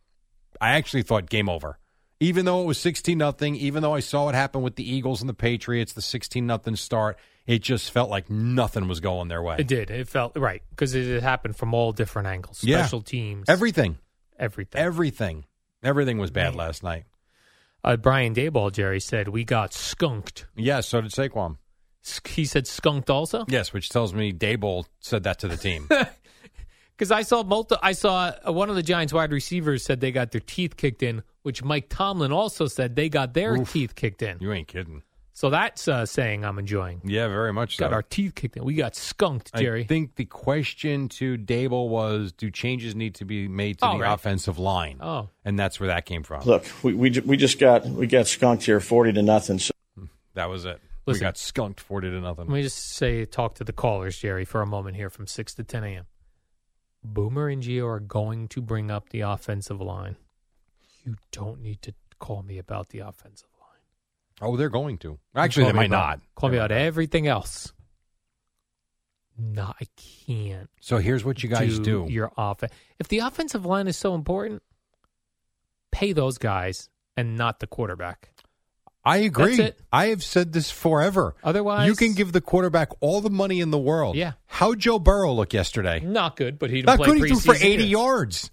S1: I actually thought game over. Even though it was 16 nothing, even though I saw what happened with the Eagles and the Patriots, the 16 nothing start, it just felt like nothing was going their way.
S2: It did. It felt right because it had happened from all different angles.
S1: Yeah.
S2: Special teams,
S1: Everything.
S2: everything.
S1: Everything. Everything was bad last night.
S2: Uh, Brian Dayball, Jerry said we got skunked.
S1: Yeah, so did Saquon.
S2: Sk- He said skunked also
S1: Yes, which tells me Dable said that to the team.
S2: because I saw multi. I saw uh, one of the Giants' wide receivers said they got their teeth kicked in, which Mike Tomlin also said they got their
S1: Oof.
S2: teeth kicked in.
S1: you ain't kidding.
S2: So that's uh, saying I'm enjoying.
S1: Yeah, very much so.
S2: Got our teeth kicked in. We got skunked, Jerry.
S1: I think the question to Dable was do changes need to be made to
S2: Oh,
S1: the
S2: right.
S1: offensive line?
S2: Oh.
S1: And that's where that came from.
S8: Look, we, we, ju- we just got we got skunked here, forty to nothing. So
S1: That was it.
S2: Listen.
S1: we got skunked 40 to nothing.
S2: Let me just say, talk to the callers, Jerry, for a moment here from 6 to 10 a.m. Boomer and Gio are going to bring up the offensive line. You don't need to call me about the offensive line.
S1: oh, they're going to. Actually,
S2: Call
S1: they
S2: me
S1: might
S2: about-
S1: not.
S2: Call me about everything else. No, I can't.
S1: So here's what you guys do.
S2: Your offense. If the offensive line is so important, pay those guys and not the quarterback.
S1: I agree.
S2: That's it.
S1: I have said this forever.
S2: Otherwise-
S1: you can give the quarterback all the money in the world.
S2: Yeah.
S1: How Joe Burrow look yesterday?
S2: Not good, but he didn't
S1: Not
S2: play
S1: good. He threw for
S2: preseason
S1: eighty
S2: either.
S1: yards.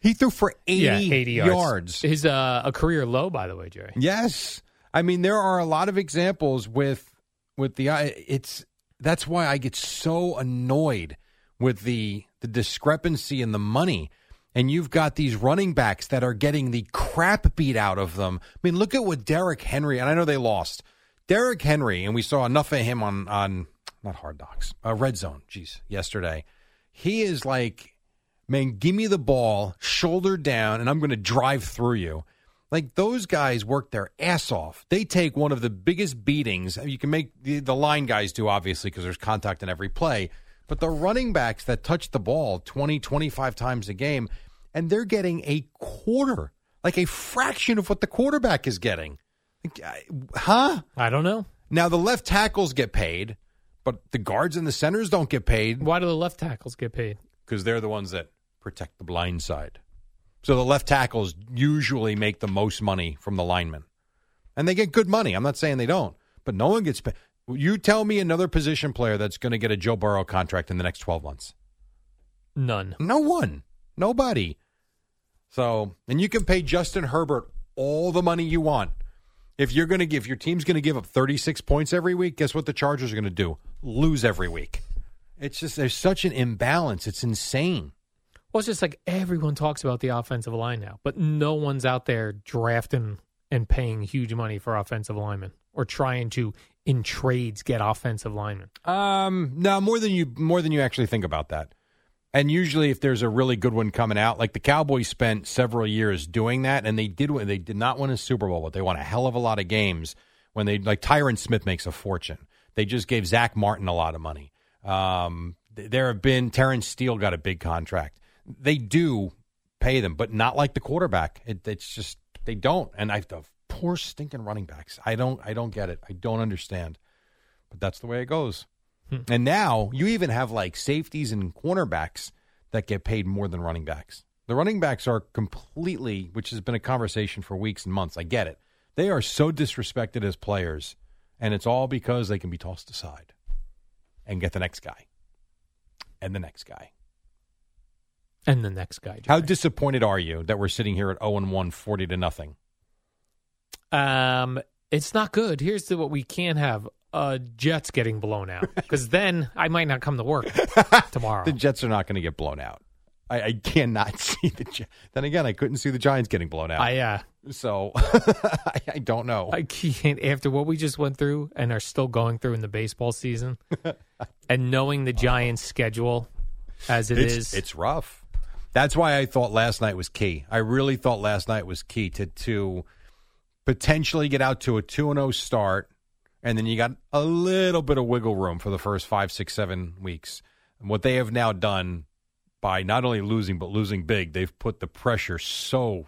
S1: He threw for eighty,
S2: yeah, 80 yards.
S1: yards.
S2: His uh, a career low, by the way, Jerry.
S1: Yes, I mean there are a lot of examples with with the it's that's why I get so annoyed with the the discrepancy in the money. And you've got these running backs that are getting the crap beat out of them. I mean, look at what Derrick Henry and I know they lost Derrick Henry, and we saw enough of him on on not Hard Knocks, uh, Red Zone. Jeez, yesterday he is like man, give me the ball, shoulder down, and I'm going to drive through you. Like those guys work their ass off. They take one of the biggest beatings. You can make the, the line guys do, obviously, because there's contact in every play. But the running backs that touch the ball 20, 25 times a game, and they're getting a quarter, like a fraction of what the quarterback is getting. Like, I- Huh?
S2: I don't know.
S1: Now, the left tackles get paid, but the guards and the centers don't get paid
S2: Why do the left tackles get paid?
S1: because they're the ones that protect the blind side. So the left tackles usually make the most money from the linemen. And they get good money. I'm not saying they don't, but no one gets paid. You tell me another position player that's going to get a Joe Burrow contract in the next 12 months.
S2: None.
S1: No one. Nobody. So, and you can pay Justin Herbert all the money you want. If you're going to give, if your team's going to give up 36 points every week, guess what the Chargers are going to do? Lose every week. It's just, there's such an imbalance. It's insane.
S2: Well, it's just like everyone talks about the offensive line now, but no one's out there drafting and paying huge money for offensive linemen or trying to in trades get offensive linemen?
S1: Um, no, more than you more than you actually think about that. And usually, if there's a really good one coming out, like the Cowboys spent several years doing that, and they did win- they did not win a Super Bowl, but they won a hell of a lot of games. When they like Tyron Smith makes a fortune, they just gave Zach Martin a lot of money. Um, th- there have been Terrence Steele got a big contract. They do pay them, but not like the quarterback. It, it's just they don't. And I the poor stinking running backs. I don't I don't get it. I don't understand. But that's the way it goes. And now you even have like safeties and cornerbacks that get paid more than running backs. The running backs are completely, which has been a conversation for weeks and months. I get it. They are so disrespected as players, and it's all because they can be tossed aside and get the next guy and the next guy.
S2: And the next guy.
S1: How disappointed are you that we're sitting here at 0 and 1, 40 to nothing?
S2: Um, it's not good. Here's the, what we can't have: uh, Jets getting blown out because then I might not come to work tomorrow.
S1: The Jets are not going to get blown out. I, I cannot see the. Gi- Then again, I couldn't see the Giants getting blown out.
S2: I uh,
S1: so I, I don't know.
S2: I can't after what we just went through and are still going through in the baseball season, and knowing the Giants' schedule as it
S1: it's,
S2: is,
S1: It's rough. That's why I thought last night was key. I really thought last night was key to to potentially get out to a 2 0 start, and then you got a little bit of wiggle room for the first five, six, seven weeks. And what they have now done by not only losing, but losing big, they've put the pressure so,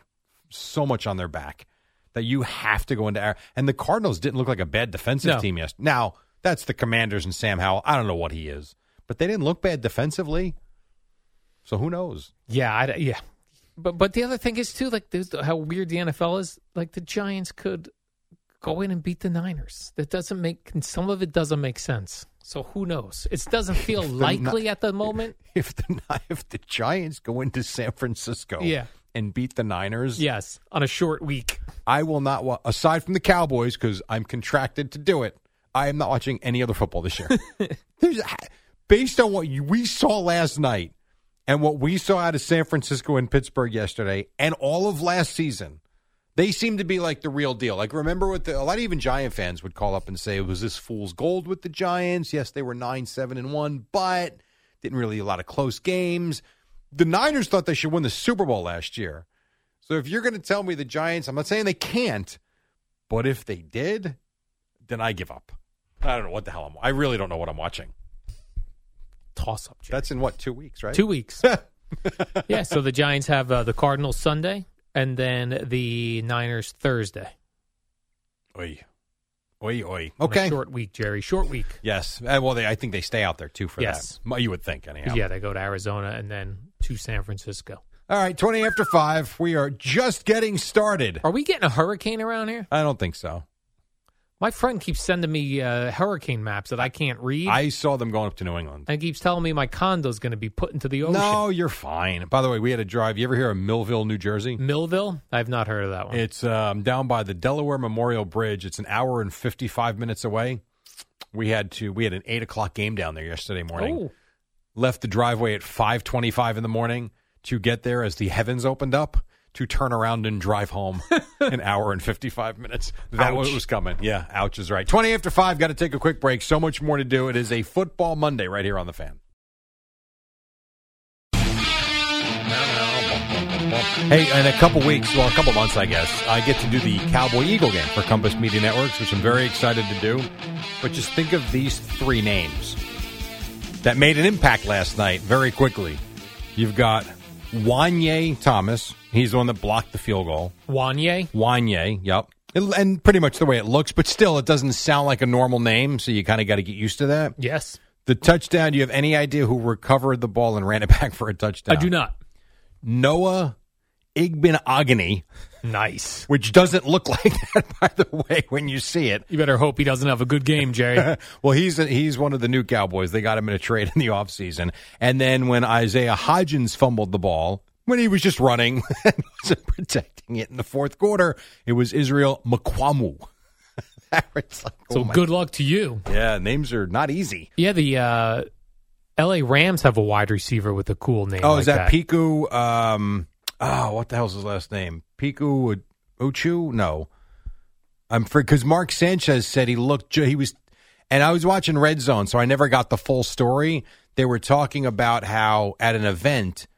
S1: so much on their back that you have to go into air. And the Cardinals didn't look like a bad defensive
S2: No.
S1: team yesterday. Now, that's the Commanders and Sam Howell. I don't know what he is, but they didn't look bad defensively. So who knows?
S2: yeah, I, yeah. But but the other thing is too, like there's how weird the NFL is. Like the Giants could go in and beat the Niners. That doesn't make some of it doesn't make sense. So who knows? It doesn't feel
S1: Ni-
S2: likely at the moment.
S1: If the if the Giants go into San Francisco
S2: Yeah.
S1: and beat the Niners,
S2: Yes, on a short week.
S1: I will not wa- aside from the Cowboys because I'm contracted to do it. I am not watching any other football this year. There's, based on what you, we saw last night and what we saw out of San Francisco and Pittsburgh yesterday and all of last season, they seem to be like the real deal. Like remember what the, a lot of even Giant fans would call up and say, "Was this fool's gold with the Giants?" Yes, they were nine, seven, and one, but didn't really a lot of close games. The Niners thought they should win the Super Bowl last year. So if you're going to tell me the Giants, I'm not saying they can't, but if they did, then I give up. I don't know what the hell I'm. I really don't know what I'm watching.
S2: Toss up.
S1: That's in what two weeks, right?
S2: Two weeks. yeah, so the Giants have uh, the Cardinals Sunday and then the Niners Thursday.
S1: Oi, oi, oi.
S2: On a
S1: Okay.
S2: short week, Jerry. Short week.
S1: Yes. Uh, Well, they, I think they stay out there too for
S2: Yes.
S1: that. You would think anyhow.
S2: Yeah, they go to Arizona and then to San Francisco.
S1: All right. Twenty after five. We are just getting started.
S2: Are we getting a hurricane around here?
S1: I don't think so.
S2: My friend keeps sending me uh, hurricane maps that I can't read
S1: I saw them going up to New England.
S2: and keeps telling me my condo's going to be put into the ocean.
S1: No, you're fine. By the way, we had a drive. You ever hear of Millville, New Jersey?
S2: Millville? I've not heard of that one.
S1: It's um, down by the Delaware Memorial Bridge. It's an hour and fifty-five minutes away. We had to. We had an eight o'clock game down there yesterday morning.
S2: Oh,
S1: Left the driveway at five twenty-five in the morning to get there as the heavens opened up to turn around and drive home. an hour and fifty-five minutes. That was
S2: Ouch.
S1: was coming. Yeah, ouch is right. Twenty after five. Got to take a quick break. So much more to do. It is a football Monday right here on the fan. Hey, in a couple weeks, well, a couple months, I guess, I get to do the Cowboy Eagle game for Compass Media Networks, which I'm very excited to do. But just think of these three names that made an impact last night very quickly. You've got Wanye Thomas. He's the one that blocked the field goal.
S2: Wanye?
S1: Wanye, yep. It- and pretty much the way it looks, but still, it doesn't sound like a normal name, so you kind of got to get used to that.
S2: Yes.
S1: The touchdown, do you have any idea who recovered the ball and ran it back for a touchdown?
S2: I do not.
S1: Noah Igbin Agony,
S2: Nice.
S1: which doesn't look like that, by the way, when you see it.
S2: You better hope he doesn't have a good game, Jerry.
S1: Well, he's he's one of the new Cowboys. They got him in a trade in the offseason. And then when Isaiah Hodgins fumbled the ball, when he was just running and wasn't protecting it in the fourth quarter, it was Israel McQuamu. It's like, oh
S2: so
S1: my-
S2: good luck to you.
S1: Yeah, names are not easy.
S2: Yeah, the uh, L.A. Rams have a wide receiver with a cool name.
S1: Oh,
S2: like
S1: is that, Piku? Um, oh, what the hell's his last name? Piku Uchu? No, I'm for because Mark Sanchez said he looked. ju- He was And I was watching Red Zone, so I never got the full story. They were talking about how at an event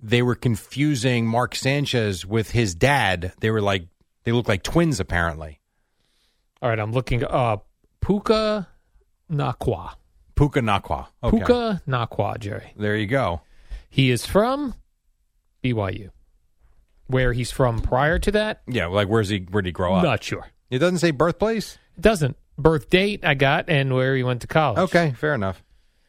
S1: they were confusing Mark Sanchez with his dad. They were like they look like twins apparently.
S2: All right, I'm looking uh Puka Nakwa.
S1: Puka Nakwa. Okay.
S2: Puka Nakwa, Jerry.
S1: There you go.
S2: He is from BYU. Where he's from prior to that?
S1: Yeah, like where's he where did he grow up?
S2: Not sure.
S1: It doesn't say birthplace?
S2: It doesn't. Birth date I got and where he went to college.
S1: Okay, fair enough.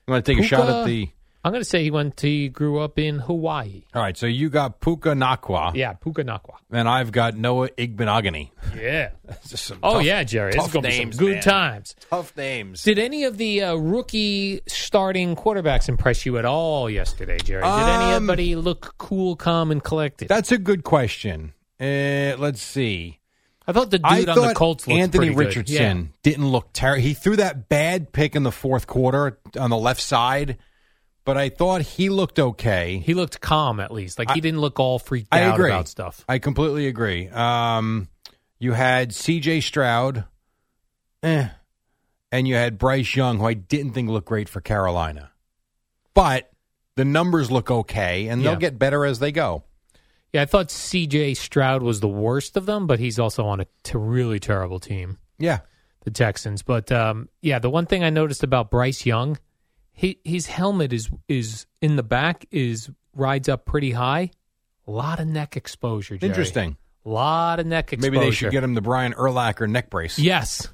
S1: You want to take a shot at
S2: Puka-
S1: the
S2: I'm going to say he went to he grew up in Hawaii.
S1: All right, so you got Puka Nakwa.
S2: Yeah, Puka Nakwa.
S1: And I've got Noah Igbenogany.
S2: Yeah.
S1: Just some
S2: Oh
S1: tough-
S2: yeah, Jerry. It's
S1: tough
S2: going to be some
S1: names,
S2: good
S1: man.
S2: times.
S1: Tough names.
S2: Did any of the uh, rookie starting quarterbacks impress you at all yesterday, Jerry? Did
S1: Um,
S2: anybody look cool, calm, and collected?
S1: That's a good question. Uh, let's see.
S2: I thought the dude
S1: I
S2: on the
S1: thought
S2: Colts looked
S1: Anthony
S2: pretty good.
S1: Richardson
S2: Yeah.
S1: didn't look terrible. He threw that bad pick in the fourth quarter on the left side, but I thought he looked okay.
S2: He looked calm at least. Like
S1: I-
S2: he didn't look all freaked
S1: I
S2: out
S1: agree.
S2: about stuff.
S1: I completely agree. Um, you had C.J. Stroud, eh, and you had Bryce Young, who I didn't think looked great for Carolina, but the numbers look okay, and
S2: Yeah.
S1: they'll get better as they go.
S2: Yeah, I thought C.J. Stroud was the worst of them, but he's also on a t- really terrible team,
S1: Yeah,
S2: the Texans. But um, yeah, the one thing I noticed about Bryce Young, he, his helmet is is in the back is rides up pretty high. A lot of neck exposure. Jerry.
S1: interesting.
S2: A lot of neck exposure.
S1: Maybe they should get him the Brian Urlacher neck brace.
S2: Yes.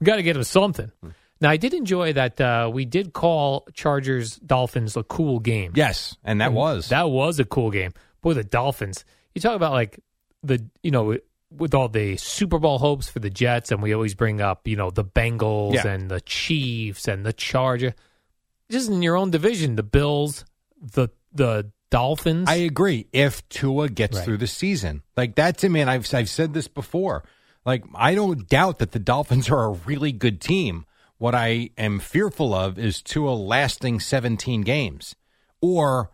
S2: We got to get him something.
S1: Hmm.
S2: Now, I did enjoy that uh, we did call Chargers Dolphins a cool game.
S1: Yes, and that was
S2: That was a cool game. Boy, the Dolphins. You talk about like the, you know, with all the Super Bowl hopes for the Jets, and we always bring up, you know, the Bengals
S1: Yeah.
S2: and the Chiefs and the Charger. Just in your own division, the Bills, the the Dolphins.
S1: I agree. If Tua gets
S2: Right.
S1: through the season, like that to me, and I've I've said this before. Like I don't doubt that the Dolphins are a really good team. What I am fearful of is Tua lasting 17 games, or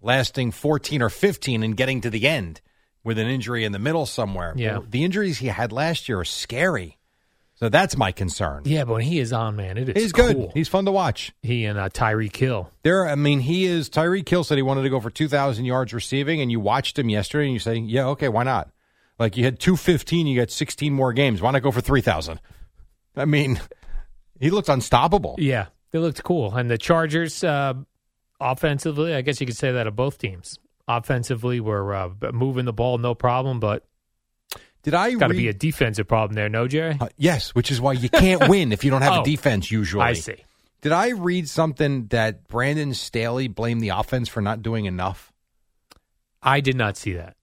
S1: lasting 14 or 15 and getting to the end with an injury in the middle somewhere.
S2: Yeah.
S1: the injuries he had last year are scary. So that's my concern.
S2: yeah, but when he is on, man, it is
S1: He's good.
S2: cool.
S1: He's fun to watch.
S2: he and uh, Tyree Kill.
S1: There, I mean, he is. Tyreek Hill said he wanted to go for 2,000 yards receiving, and you watched him yesterday, and you say, yeah, okay, why not? Like, you had 215, you got 16 more games. Why not go for 3,000? I mean, he looked unstoppable.
S2: Yeah, they looked cool. And the Chargers, uh, offensively, I guess you could say that of both teams. Offensively, we're uh, b- moving the ball, no problem, but
S1: Did I
S2: got to
S1: read-
S2: be a defensive problem there, no, Jerry?
S1: Uh, yes, which is why you can't win if you don't have
S2: Oh.
S1: a defense usually.
S2: I see.
S1: Did I read something that Brandon Staley blamed the offense for not doing enough?
S2: I did not see that.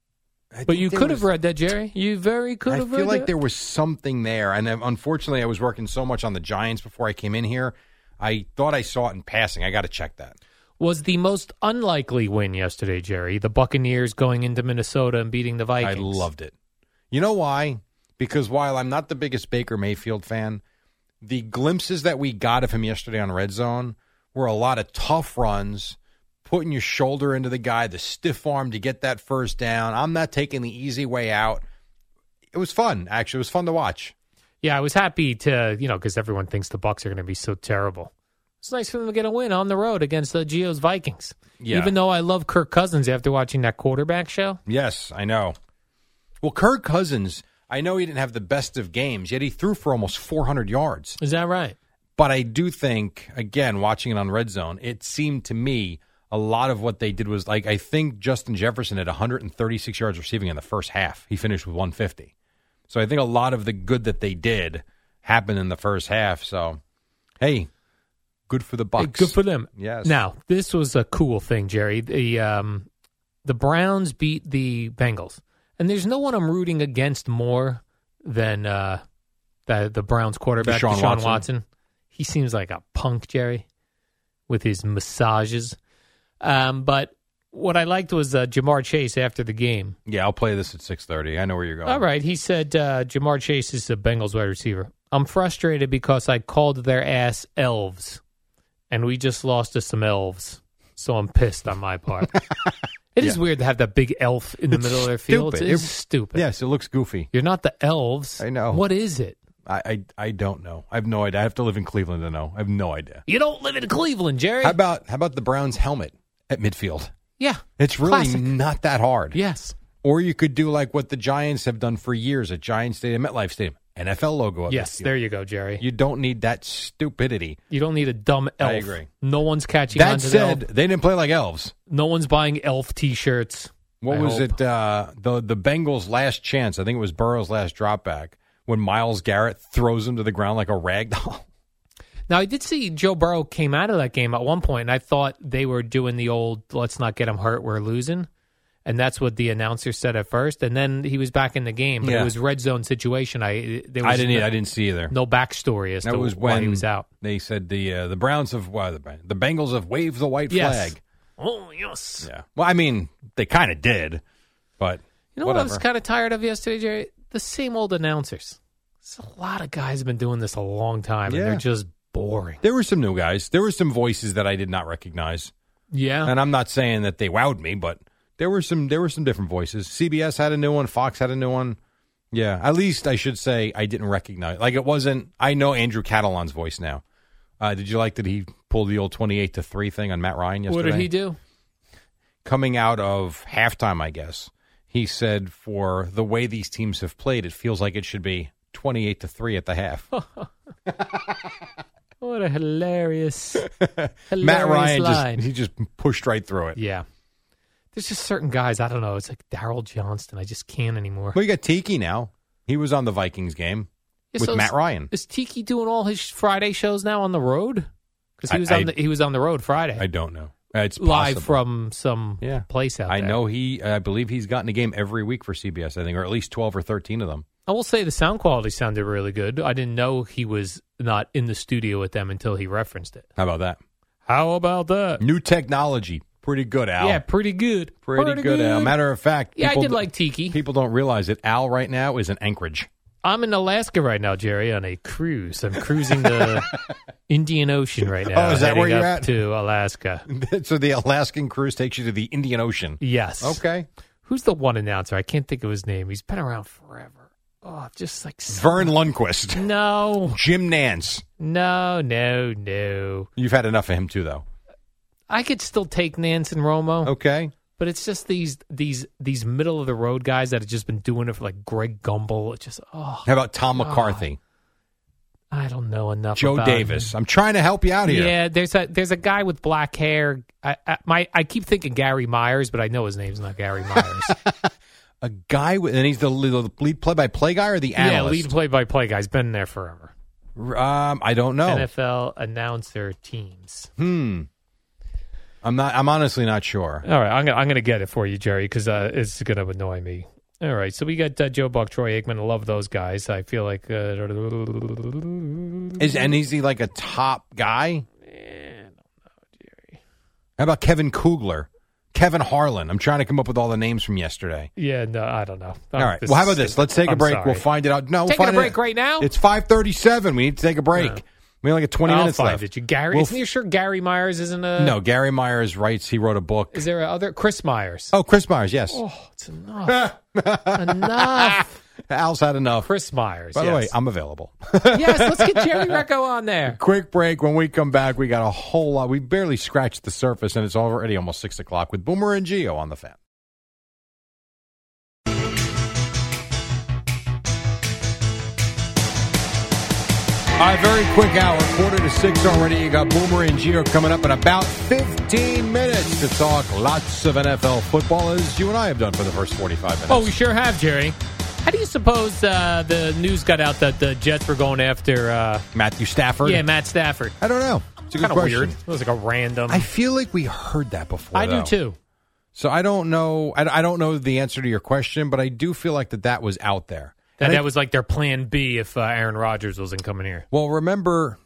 S1: I
S2: But
S1: think
S2: you
S1: there
S2: could have
S1: was-
S2: read that, Jerry. You very could
S1: I
S2: have read
S1: feel like
S2: that.
S1: there was something there, and uh, unfortunately, I was working so much on the Giants before I came in here. I thought I saw it in passing. I got to check that.
S2: was the most unlikely win yesterday, Jerry. The Buccaneers going into Minnesota and beating the Vikings.
S1: I loved it. You know why? Because while I'm not the biggest Baker Mayfield fan, the glimpses that we got of him yesterday on Red Zone were a lot of tough runs, putting your shoulder into the guy, the stiff arm to get that first down. I'm not taking the easy way out. It was fun, actually. It was fun to watch.
S2: Yeah, I was happy to, you know, because everyone thinks the Bucks are going to be so terrible. It's nice for them to get a win on the road against the Geo's Vikings.
S1: Yeah.
S2: Even though I love Kirk Cousins after watching that quarterback show,
S1: Yes, I know. Well, Kirk Cousins, I know he didn't have the best of games, yet he threw for almost 400 yards.
S2: is that right?
S1: But I do think, again, watching it on Red Zone, it seemed to me a lot of what they did was like I think Justin Jefferson had 136 yards receiving in the first half. He finished with 150. So I think a lot of the good that they did happened in the first half. So, hey, good for the
S2: Hey,
S1: Bucks.
S2: good for them.
S1: Yes.
S2: Now this was a cool thing, Jerry. The um, the Browns beat the Bengals, and there's no one I'm rooting against more than uh, the the Browns quarterback
S1: Deshaun
S2: Watson.
S1: Watson.
S2: He seems like a punk, Jerry, with his massages. Um, but what I liked was uh, Jamar Chase after the game.
S1: Yeah, I'll play this at 6:30. I know where you're going.
S2: All right, he said uh, Jamar Chase is a Bengals wide receiver. I'm frustrated because I called their ass elves, and we just lost to some elves. So I'm pissed on my part. It is weird to have that big elf in the
S1: It's
S2: middle of their field.
S1: stupid.
S2: It's
S1: It-
S2: stupid.
S1: Yes, it looks goofy.
S2: You're not the elves.
S1: I know.
S2: What is it?
S1: I, I I don't know. I have no idea. I have to live in Cleveland to know. I have no idea.
S2: You don't live in Cleveland, Jerry.
S1: How about how about the Browns helmet at midfield?
S2: yeah.
S1: It's really
S2: Classic.
S1: not that hard.
S2: Yes.
S1: Or you could do like what the Giants have done for years at Giants Stadium, MetLife Stadium, NFL logo. Up
S2: Yes,
S1: midfield.
S2: there you go, Jerry.
S1: Oh, You don't need that stupidity.
S2: You don't need a dumb elf.
S1: I agree.
S2: No one's catching on
S1: That
S2: to
S1: said,
S2: the elf.
S1: they didn't play like elves.
S2: No one's buying elf T-shirts.
S1: What
S2: I
S1: was
S2: hope.
S1: it? Uh, the the Bengals' last chance. I think it was Burrow's last drop back when Miles Garrett throws him to the ground like a rag doll.
S2: Now I did see Joe Burrow came out of that game at one point, and I thought they were doing the old "let's not get him hurt, we're losing," and that's what the announcer said at first. And then he was back in the game, but
S1: Yeah.
S2: it was red zone situation. I there was
S1: I didn't. e,
S2: No,
S1: I didn't see either.
S2: no backstory as
S1: That
S2: to
S1: was
S2: why
S1: when
S2: he was out.
S1: They said the uh, the Browns have well, the, Browns- the Bengals have waved the white
S2: Yes.
S1: flag.
S2: Oh yes.
S1: Yeah. Well, I mean, they kind of did, but
S2: You know
S1: whatever.
S2: what I was kind of tired of yesterday, Jerry? The same old announcers. It's a lot of guys have been doing this a long time, and
S1: Yeah.
S2: they're just boring.
S1: there were some new guys. There were some voices that I did not recognize,
S2: Yeah.
S1: and I'm not saying that they wowed me, but there were some there were some different voices. CBS had a new one. Fox had a new one. Yeah, at least I should say I didn't recognize. Like it wasn't. I know Andrew Catalan's voice now. Uh, did you like that he pulled the old twenty-eight to three thing on Matt Ryan yesterday?
S2: what did he do?
S1: coming out of halftime, I guess, he said, for the way these teams have played, it feels like it should be 28 to 3 at the half.
S2: What a hilarious, hilarious
S1: Matt Ryan
S2: line.
S1: just he just pushed right through it.
S2: Yeah. There's just certain guys, I don't know. It's like Daryl Johnston. I just can't anymore.
S1: Well, you got Tiki now. He was on the Vikings game
S2: Yeah,
S1: with
S2: so
S1: Matt
S2: is-
S1: Ryan.
S2: Is Tiki doing all his Friday shows now on the road? Because
S1: I-
S2: he was
S1: I-
S2: on the, he was on the road Friday,
S1: I don't know. Uh, It's
S2: live
S1: possible.
S2: from some
S1: Yeah.
S2: place out
S1: I
S2: there.
S1: know he. I believe he's gotten a game every week for CBS. I think, or at least twelve or thirteen of them.
S2: I will say the sound quality sounded really good. I didn't know he was not in the studio with them until he referenced it.
S1: How about that?
S2: How about that?
S1: New technology, pretty good, Al.
S2: Yeah, pretty good.
S1: pretty, good, Al. Matter of fact,
S2: Yeah, I
S1: people
S2: did
S1: d-
S2: like Tiki.
S1: people don't realize it. Al right now is in Anchorage.
S2: I'm in Alaska right now, Jerry, on a cruise. I'm cruising the Indian Ocean right now.
S1: Oh, is that where
S2: heading
S1: you're
S2: up
S1: at?
S2: To Alaska.
S1: so the Alaskan cruise takes you to the Indian Ocean.
S2: Yes.
S1: Okay.
S2: Who's the one announcer? I can't think of his name. He's been around forever. Oh, just like so-
S1: Vern Lundquist,
S2: no,
S1: Jim Nance.
S2: no, no, no.
S1: You've had enough of him too, though.
S2: I could still take Nance and Romo,
S1: Okay.
S2: but it's just these these these middle of the road guys that have just been doing it for like Greg Gumbel. It's just oh,
S1: How about Tom McCarthy,
S2: I don't know enough. Ah,
S1: Joe
S2: about
S1: Davis?
S2: him.
S1: I'm trying to help you out here.
S2: Yeah, there's a there's a guy with black hair. I, I my I keep thinking Gary Myers, but I know his name's not Gary Myers.
S1: A guy with, and he's the le- the lead play-by-play guy or the
S2: yeah,
S1: analyst.
S2: lead play by play guy's been there forever. Oh.
S1: Um, I don't know.
S2: NFL announcer teams.
S1: hmm. I'm not. I'm honestly not sure.
S2: All right, I'm gonna I'm gonna get it for you, Jerry, because uh, it's gonna annoy me. All right, so we got uh, Joe Buck, Troy Aikman. I love those guys. I feel like uh,
S1: Is and is he like a top guy? How about Kevin Kugler, Kevin Harlan? I'm trying to come up with all the names from yesterday.
S2: yeah, no, I don't know.
S1: All right. Well, how about this? Let's take a
S2: I'm
S1: break. We'll
S2: sorry.
S1: find it out. No, we'll
S2: Taking a
S1: find it-
S2: break right now?
S1: It's five thirty-seven. We need to take a break.
S2: Yeah.
S1: We only got 20
S2: I'll
S1: minutes
S2: find
S1: left.
S2: It. You, Gary,
S1: We'll
S2: isn't you sure Gary Myers isn't a
S1: f- no, Gary Myers writes. He wrote a book.
S2: Is there a other Chris Myers?
S1: Oh, Chris Myers. Yes.
S2: Oh, it's enough. enough.
S1: Al's had enough.
S2: Chris Myers.
S1: By the way,
S2: yes.
S1: I'm available.
S2: yes, let's get Jerry Recco on there.
S1: Quick break. When we come back, we got a whole lot. We barely scratched the surface, and it's already almost six o'clock with Boomer and Geo on the fan. All right, very quick hour, quarter to six already. You got Boomer and Geo coming up in about 15 minutes to talk lots of NFL football, as you and I have done for the first 45 minutes.
S2: Oh, we sure have, Jerry. How do you suppose uh, the news got out that the Jets were going after? Uh,
S1: Matthew Stafford?
S2: yeah, Matt Stafford.
S1: I don't know. It's a good
S2: Kind of
S1: question.
S2: weird. It was like a random.
S1: I feel like we heard that before.
S2: I do
S1: though.
S2: too.
S1: So I don't know. I, I don't know the answer to your question, but I do feel like that that was out there.
S2: That,
S1: And I-
S2: that was like their plan B if uh, Aaron Rodgers wasn't coming here.
S1: well. Remember,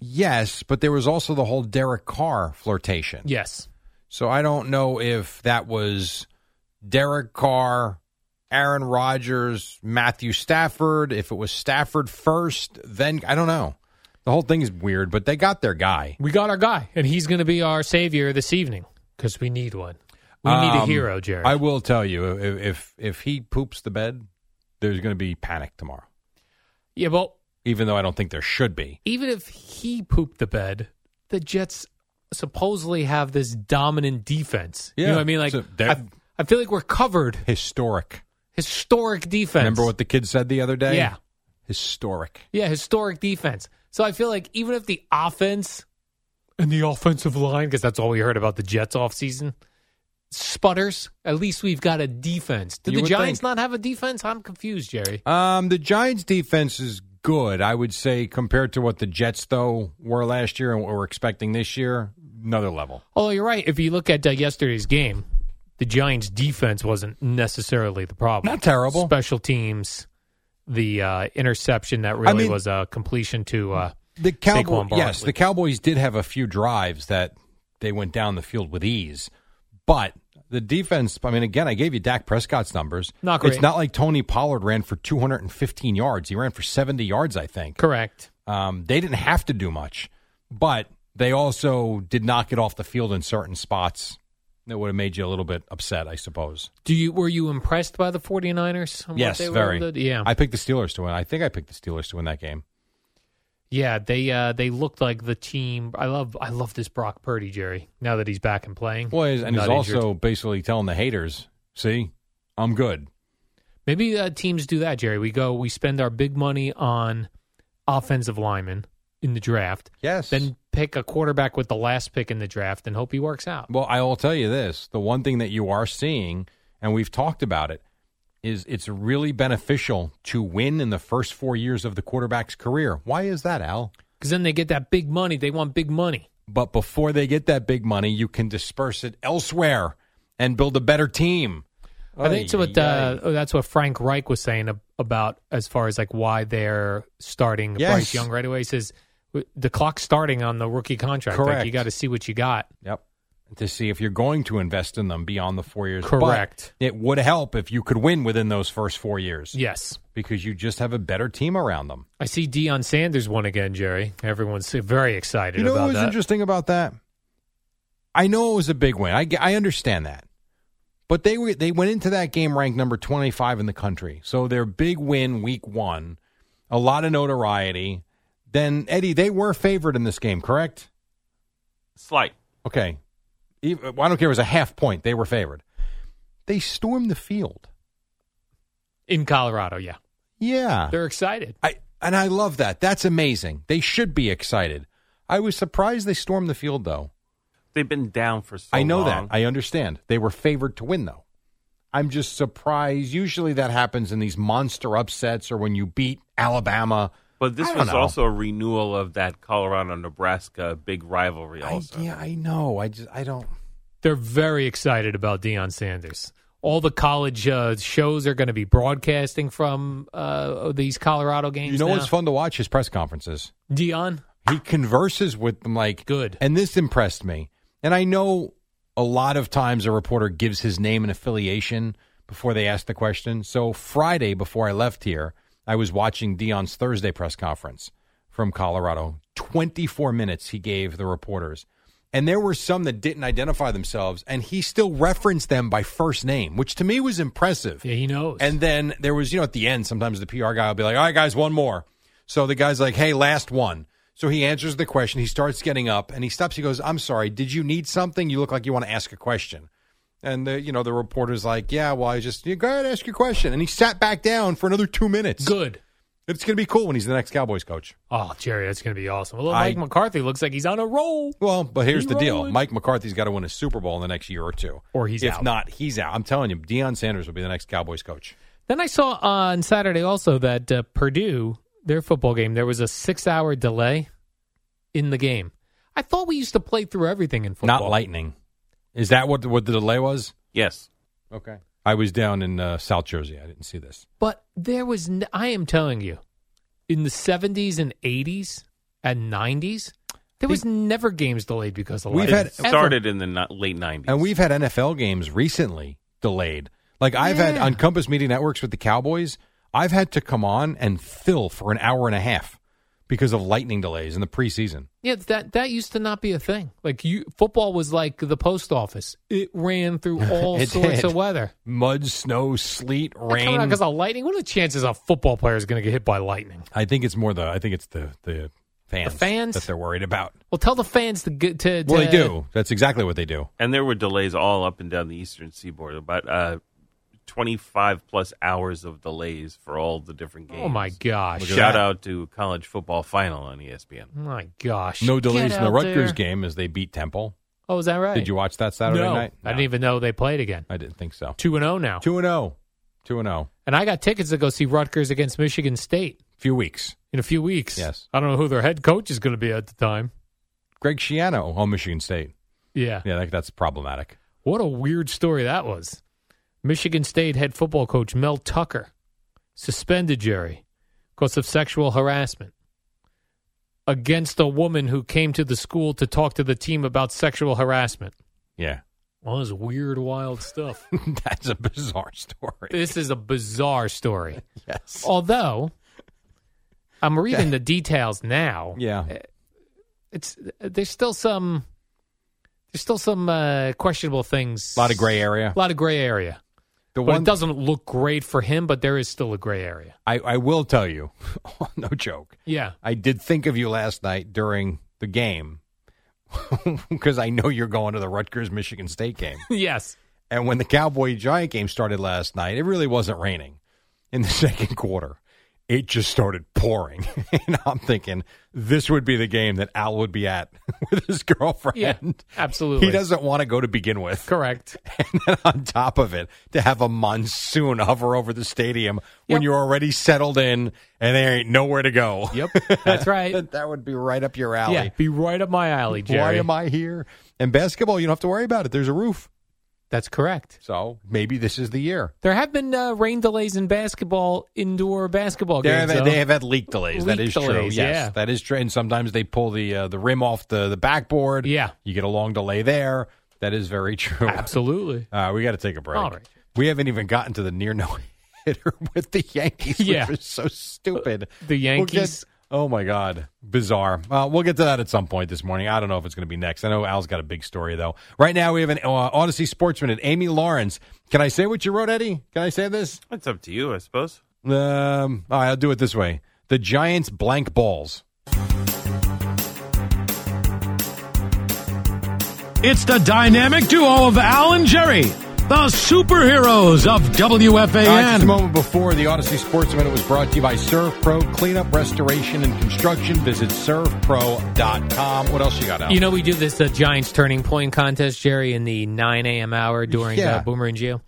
S1: yes, but there was also the whole Derek Carr flirtation.
S2: Yes.
S1: So I don't know if that was Derek Carr, Aaron Rodgers, Matthew Stafford. If it was Stafford first, then I don't know. The whole thing is weird, but they got their guy.
S2: We got our guy, and he's going to be our savior this evening because we need one. We need a
S1: Um,
S2: hero, Jerry.
S1: I will tell you if if, if he poops the bed, there's going to be panic tomorrow.
S2: Yeah, well,
S1: even though I don't think there should be.
S2: even if he pooped the bed, the Jets supposedly have this dominant defense. You know
S1: Yeah,
S2: what I mean? Like,
S1: so they're-
S2: I, I feel like we're covered.
S1: Historic.
S2: Historic defense.
S1: Remember what the kid said the other day?
S2: Yeah.
S1: Historic.
S2: Yeah, historic defense. So I feel like even if the offense and the offensive line, because that's all we heard about the Jets offseason, sputters, at least we've got a defense. Did
S1: You
S2: the
S1: would
S2: Giants
S1: think.
S2: not have a defense? I'm confused, Jerry.
S1: Um, the Giants' defense is good, I would say, compared to what the Jets though were last year and what we're expecting this year. Another level.
S2: Oh, you're right. If you look at uh, yesterday's game, the Giants' defense wasn't necessarily the problem.
S1: Not terrible.
S2: Special teams, the uh, interception that really
S1: mean-
S2: was a completion to uh,
S1: The Cowboys,
S2: Saquon Barkley.
S1: yes, the Cowboys did have a few drives that they went down the field with ease, but the defense. I mean, again, I gave you Dak Prescott's numbers.
S2: Not great.
S1: It's not like Tony Pollard ran for 215 yards. He ran for 70 yards, I think.
S2: Correct.
S1: Um, they didn't have to do much, but they also did not get off the field in certain spots. That would have made you a little bit upset, I suppose.
S2: Do you were you impressed by the 49ers? and what
S1: Yes,
S2: they were
S1: very.
S2: able to- yeah.
S1: I picked the Steelers to win. I think I picked the Steelers to win that game.
S2: Yeah, they uh, they looked like the team. I love I love this Brock Purdy, Jerry. Now that he's back and playing,
S1: Well, he's- and he's
S2: Not injured.
S1: also basically telling the haters, "See, I'm good."
S2: maybe uh, teams do that, Jerry. We go, we spend our big money on offensive linemen in the draft.
S1: Yes.
S2: Then pick a quarterback with the last pick in the draft and hope he works out.
S1: Well, I will tell you this: the one thing that you are seeing, and we've talked about it, is it's really beneficial to win in the first four years of the quarterback's career. Why is that, Al?
S2: Because then they get that big money. They want big money.
S1: But before they get that big money, you can disperse it elsewhere and build a better team.
S2: I think that's
S1: Ay,
S2: what
S1: ay,
S2: uh, that's what Frank Reich was saying ab- about as far as like why they're starting
S1: Yes.
S2: Bryce Young right away. He says w- the clock's starting on the rookie contract. Like,
S1: Correct.
S2: you got to see what you got.
S1: Yep. To see if you're going to invest in them beyond the four years. But
S2: Correct.
S1: it would help if you could win within those first four years
S2: Yes.
S1: because you just have a better team around them.
S2: I see Deion Sanders won again, Jerry. Everyone's very excited
S1: You know
S2: about
S1: what was
S2: that.
S1: interesting about that? I know it was a big win. I, ge- I understand that. But they were, they went into that game ranked number 25 in the country. So their big win week 1, a lot of notoriety. Then Eddie, they were favored in this game, correct?
S9: Slight.
S1: Okay. Even, I don't care it was a half point. They were favored. They stormed the field.
S2: In Colorado, yeah.
S1: Yeah.
S2: They're excited.
S1: I and I love that. That's amazing. They should be excited. I was surprised they stormed the field though.
S9: They've been down for so
S1: I know
S9: long.
S1: that. I understand. They were favored to win, though. I'm just surprised. Usually that happens in these monster upsets or when you beat Alabama.
S9: But this
S1: I don't
S9: was
S1: know.
S9: also a renewal of that Colorado Nebraska big rivalry. Also,
S1: Yeah, I know. I just I don't.
S2: They're very excited about Deion Sanders. All the college uh, shows are going to be broadcasting from uh, these Colorado games.
S1: You know
S2: now.
S1: what's fun to watch? His press conferences.
S2: Deion,
S1: He converses with them like good. And this impressed me. And I know a lot of times a reporter gives his name and affiliation before they ask the question. So Friday before I left here, I was watching Dion's Thursday press conference from Colorado. 24 minutes he gave the reporters. And there were some that didn't identify themselves, and he still referenced them by first name, which to me was impressive.
S2: Yeah, he knows.
S1: And then there was, you know, at the end, sometimes the PR guy will be like, all right, guys, one more. So the guy's like, hey, last one. So he answers the question. He starts getting up and he stops. He goes, I'm sorry, did you need something? You look like you want to ask a question. And the, you know, the reporter's like, yeah, well, I just, you go ahead, ask your question. And he sat back down for another two minutes.
S2: Good.
S1: It's going to be cool when he's the next Cowboys coach.
S2: oh Jerry, that's going to be awesome. Well,
S1: I-
S2: Mike McCarthy looks like he's on a roll.
S1: Well, But here's
S2: He
S1: the deal:
S2: rolling.
S1: Mike McCarthy's got to win a Super Bowl in the next year or two,
S2: Or he's
S1: if
S2: out.
S1: not, he's out. I'm telling you, Deion Sanders will be the next Cowboys coach.
S2: Then I saw on Saturday also that uh, Purdue, their football game, there was a six-hour delay in the game. I thought we used to play through everything in football.
S1: Not lightning. Is that what the, what the delay was?
S9: Yes.
S1: Okay. I was down in uh, South Jersey. I didn't see this.
S2: But there was, n- I am telling you, in the 70s and 80s and 90s, there was never games delayed because of
S1: We've
S2: lightning.
S1: had-
S9: It
S2: Ever.
S9: started in the ni- late nineties.
S1: And we've had NFL games recently delayed. Like I've had
S2: Yeah.
S1: on Compass Media Networks with the Cowboys, I've had to come on and fill for an hour and a half because of lightning delays in the preseason.
S2: Yeah, that that used to not be a thing. Like you, football was like the post office. It ran through all
S1: It
S2: sorts
S1: did.
S2: of weather,
S1: mud, snow, sleet, rain.
S2: Because of lightning, what are the chances a football player is going to get hit by lightning?
S1: I think it's more the I think it's the the fans,
S2: The fans?
S1: that they're worried about.
S2: Well, tell the fans to get to.
S1: Well, they
S2: to-
S1: do. That's exactly what they do.
S9: And there were delays all up and down the eastern seaboard, about uh, 25 plus hours of delays for all the different games.
S2: Oh my gosh!
S9: Shout out to college football final on E ESPN.
S2: My gosh!
S1: No
S2: Get
S1: delays in the
S2: out there.
S1: Rutgers game as they beat Temple.
S2: Oh, is that right?
S1: Did you watch that Saturday
S2: No.
S1: night?
S2: I didn't even know they played again.
S1: I didn't think so.
S2: Two and zero now.
S1: Two and zero. Two and oh. zero.
S2: And I got tickets to go see Rutgers against Michigan State
S1: Few weeks.
S2: in a few weeks.
S1: Yes.
S2: I don't know who their head coach is going to be at the time.
S1: Greg Schiano, oh Michigan State.
S2: Yeah.
S1: Yeah, that, that's problematic.
S2: What a weird story that was. Michigan State head football coach Mel Tucker suspended Jerry because of sexual harassment against a woman who came to the school to talk to the team about sexual harassment.
S1: Yeah,
S2: All this weird, wild stuff.
S1: that's a bizarre story.
S2: this is a bizarre story.
S1: Yes.
S2: Although, I'm reading the details now.
S1: Yeah.
S2: It's there's still some there's still some uh, questionable things.
S1: A lot of gray area.
S2: A lot of gray area.
S1: The
S2: But
S1: one
S2: it doesn't look great for him, but there is still a gray area.
S1: I, I will tell you, no joke.
S2: Yeah.
S1: I did think of you last night during the game because I know you're going to the Rutgers Michigan State game.
S2: yes.
S1: And when the Cowboy Giant game started last night, it really wasn't raining in the second quarter. It just started pouring. and I'm thinking this would be the game that Al would be at with his girlfriend.
S2: Yeah. Absolutely.
S1: He doesn't want to go to begin with.
S2: Correct.
S1: And then on top of it, to have a monsoon hover over the stadium when
S2: Yep.
S1: you're already settled in and there ain't nowhere to go.
S2: Yep. That's right.
S1: that, that would be right up your alley.
S2: yeah. Be right up my alley, Jerry.
S1: Why am I here? And basketball, you don't have to worry about it. There's a roof.
S2: That's correct.
S1: So maybe this is the year.
S2: There have been uh, rain delays in basketball, indoor basketball
S1: They
S2: games.
S1: have,
S2: though.
S1: they have had leak delays. that
S2: Leak
S1: is true. Yes,
S2: delays, yeah.
S1: that is true. And sometimes they pull the uh, the rim off the, the backboard.
S2: Yeah.
S1: You get a long delay there. That is very true.
S2: Absolutely.
S1: Uh, we got to take a break.
S2: All right.
S1: We haven't even gotten to the near no hitter with the Yankees,
S2: Yeah. Uh,
S1: which is so stupid.
S2: The
S1: We'll get-
S2: Yankees.
S1: oh my God, bizarre. Uh, we'll get to that at some point this morning. I don't know if it's going to be next. I know Al's got a big story though. Right now we have an uh, Odyssey sportsman at Amy Lawrence. Can I say what you wrote, Eddie? Can I say this?
S9: It's up to you, I suppose.
S1: Um, all right, I'll do it this way. The Giants blank balls.
S6: It's the dynamic duo of Al and Jerry, the superheroes of
S1: All right, just a
S6: WFAN.
S1: moment before the Odyssey Sportsman, it was brought to you by Surf Pro Cleanup, Restoration, and Construction. Visit surfpro.com. What else you got out?
S2: You know, we do this uh, Giants turning point contest, Jerry, in the 9 a.m. hour during
S1: Yeah.
S2: uh, Boomer and Geo.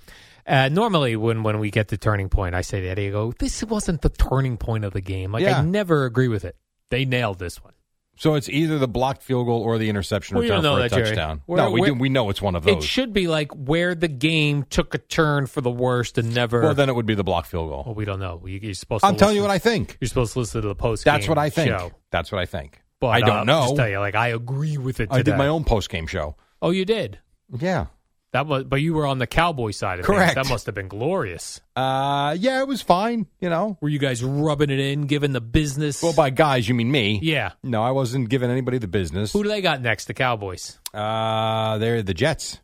S2: Uh, normally, when, when we get the turning point, I say to Eddie, I go, this wasn't the turning point of the game. Like,
S1: Yeah.
S2: I never agree with it. They nailed this one.
S1: so it's either the blocked field goal or the interception
S2: Well, you
S1: return
S2: don't know
S1: for a
S2: that, Jerry.
S1: touchdown.
S2: Where-
S1: no, we
S2: where-
S1: do. We know it's one of
S2: It
S1: those.
S2: should be like where the game took a turn for the worst and never.
S1: well, then it would be the blocked field goal.
S2: Well, we don't know. You, are supposed to
S1: I'm telling you
S2: listen-
S1: what I think.
S2: You're supposed to listen to the post.
S1: That's what I think.
S2: Show.
S1: That's what I think.
S2: But
S1: I
S2: uh,
S1: don't
S2: I'll Just tell
S1: know.
S2: you, like I agree with it. Today.
S1: I did my own post game show.
S2: Oh, you did.
S1: Yeah.
S2: That was, but you were on the cowboy side of
S1: Correct.
S2: things. That must have been glorious.
S1: Uh, yeah, it was fine. You know.
S2: Were you guys rubbing it in, giving the business?
S1: Well, by guys, you mean me?
S2: yeah.
S1: No, I wasn't giving anybody the business.
S2: Who do they got next? The Cowboys.
S1: Uh, they're the Jets.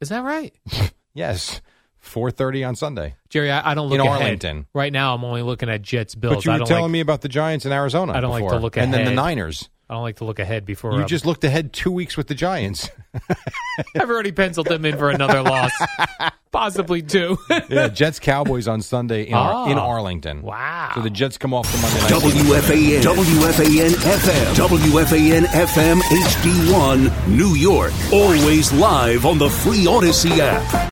S2: Is that right,
S1: Yes, four thirty on Sunday.
S2: Jerry? I, I don't look
S1: In
S2: ahead.
S1: Arlington.
S2: Right now, I'm only looking at Jets Bills.
S1: but you
S2: I
S1: were
S2: don't
S1: telling
S2: like,
S1: me about the Giants in Arizona.
S2: I don't like to
S1: before.
S2: look
S1: And then the
S2: ahead.
S1: Niners.
S2: I don't like to look ahead before
S1: You
S2: I'm-
S1: just looked ahead two weeks with the Giants.
S2: I've already penciled them in for another loss, possibly two.
S1: yeah, Jets Cowboys on Sunday in, Ar-
S2: Oh.
S1: in Arlington.
S2: wow.
S1: So the Jets come off the Monday night.
S3: WFAN, WFAN FM, WFAN FM HD1, New York. Always live on the free Odyssey app.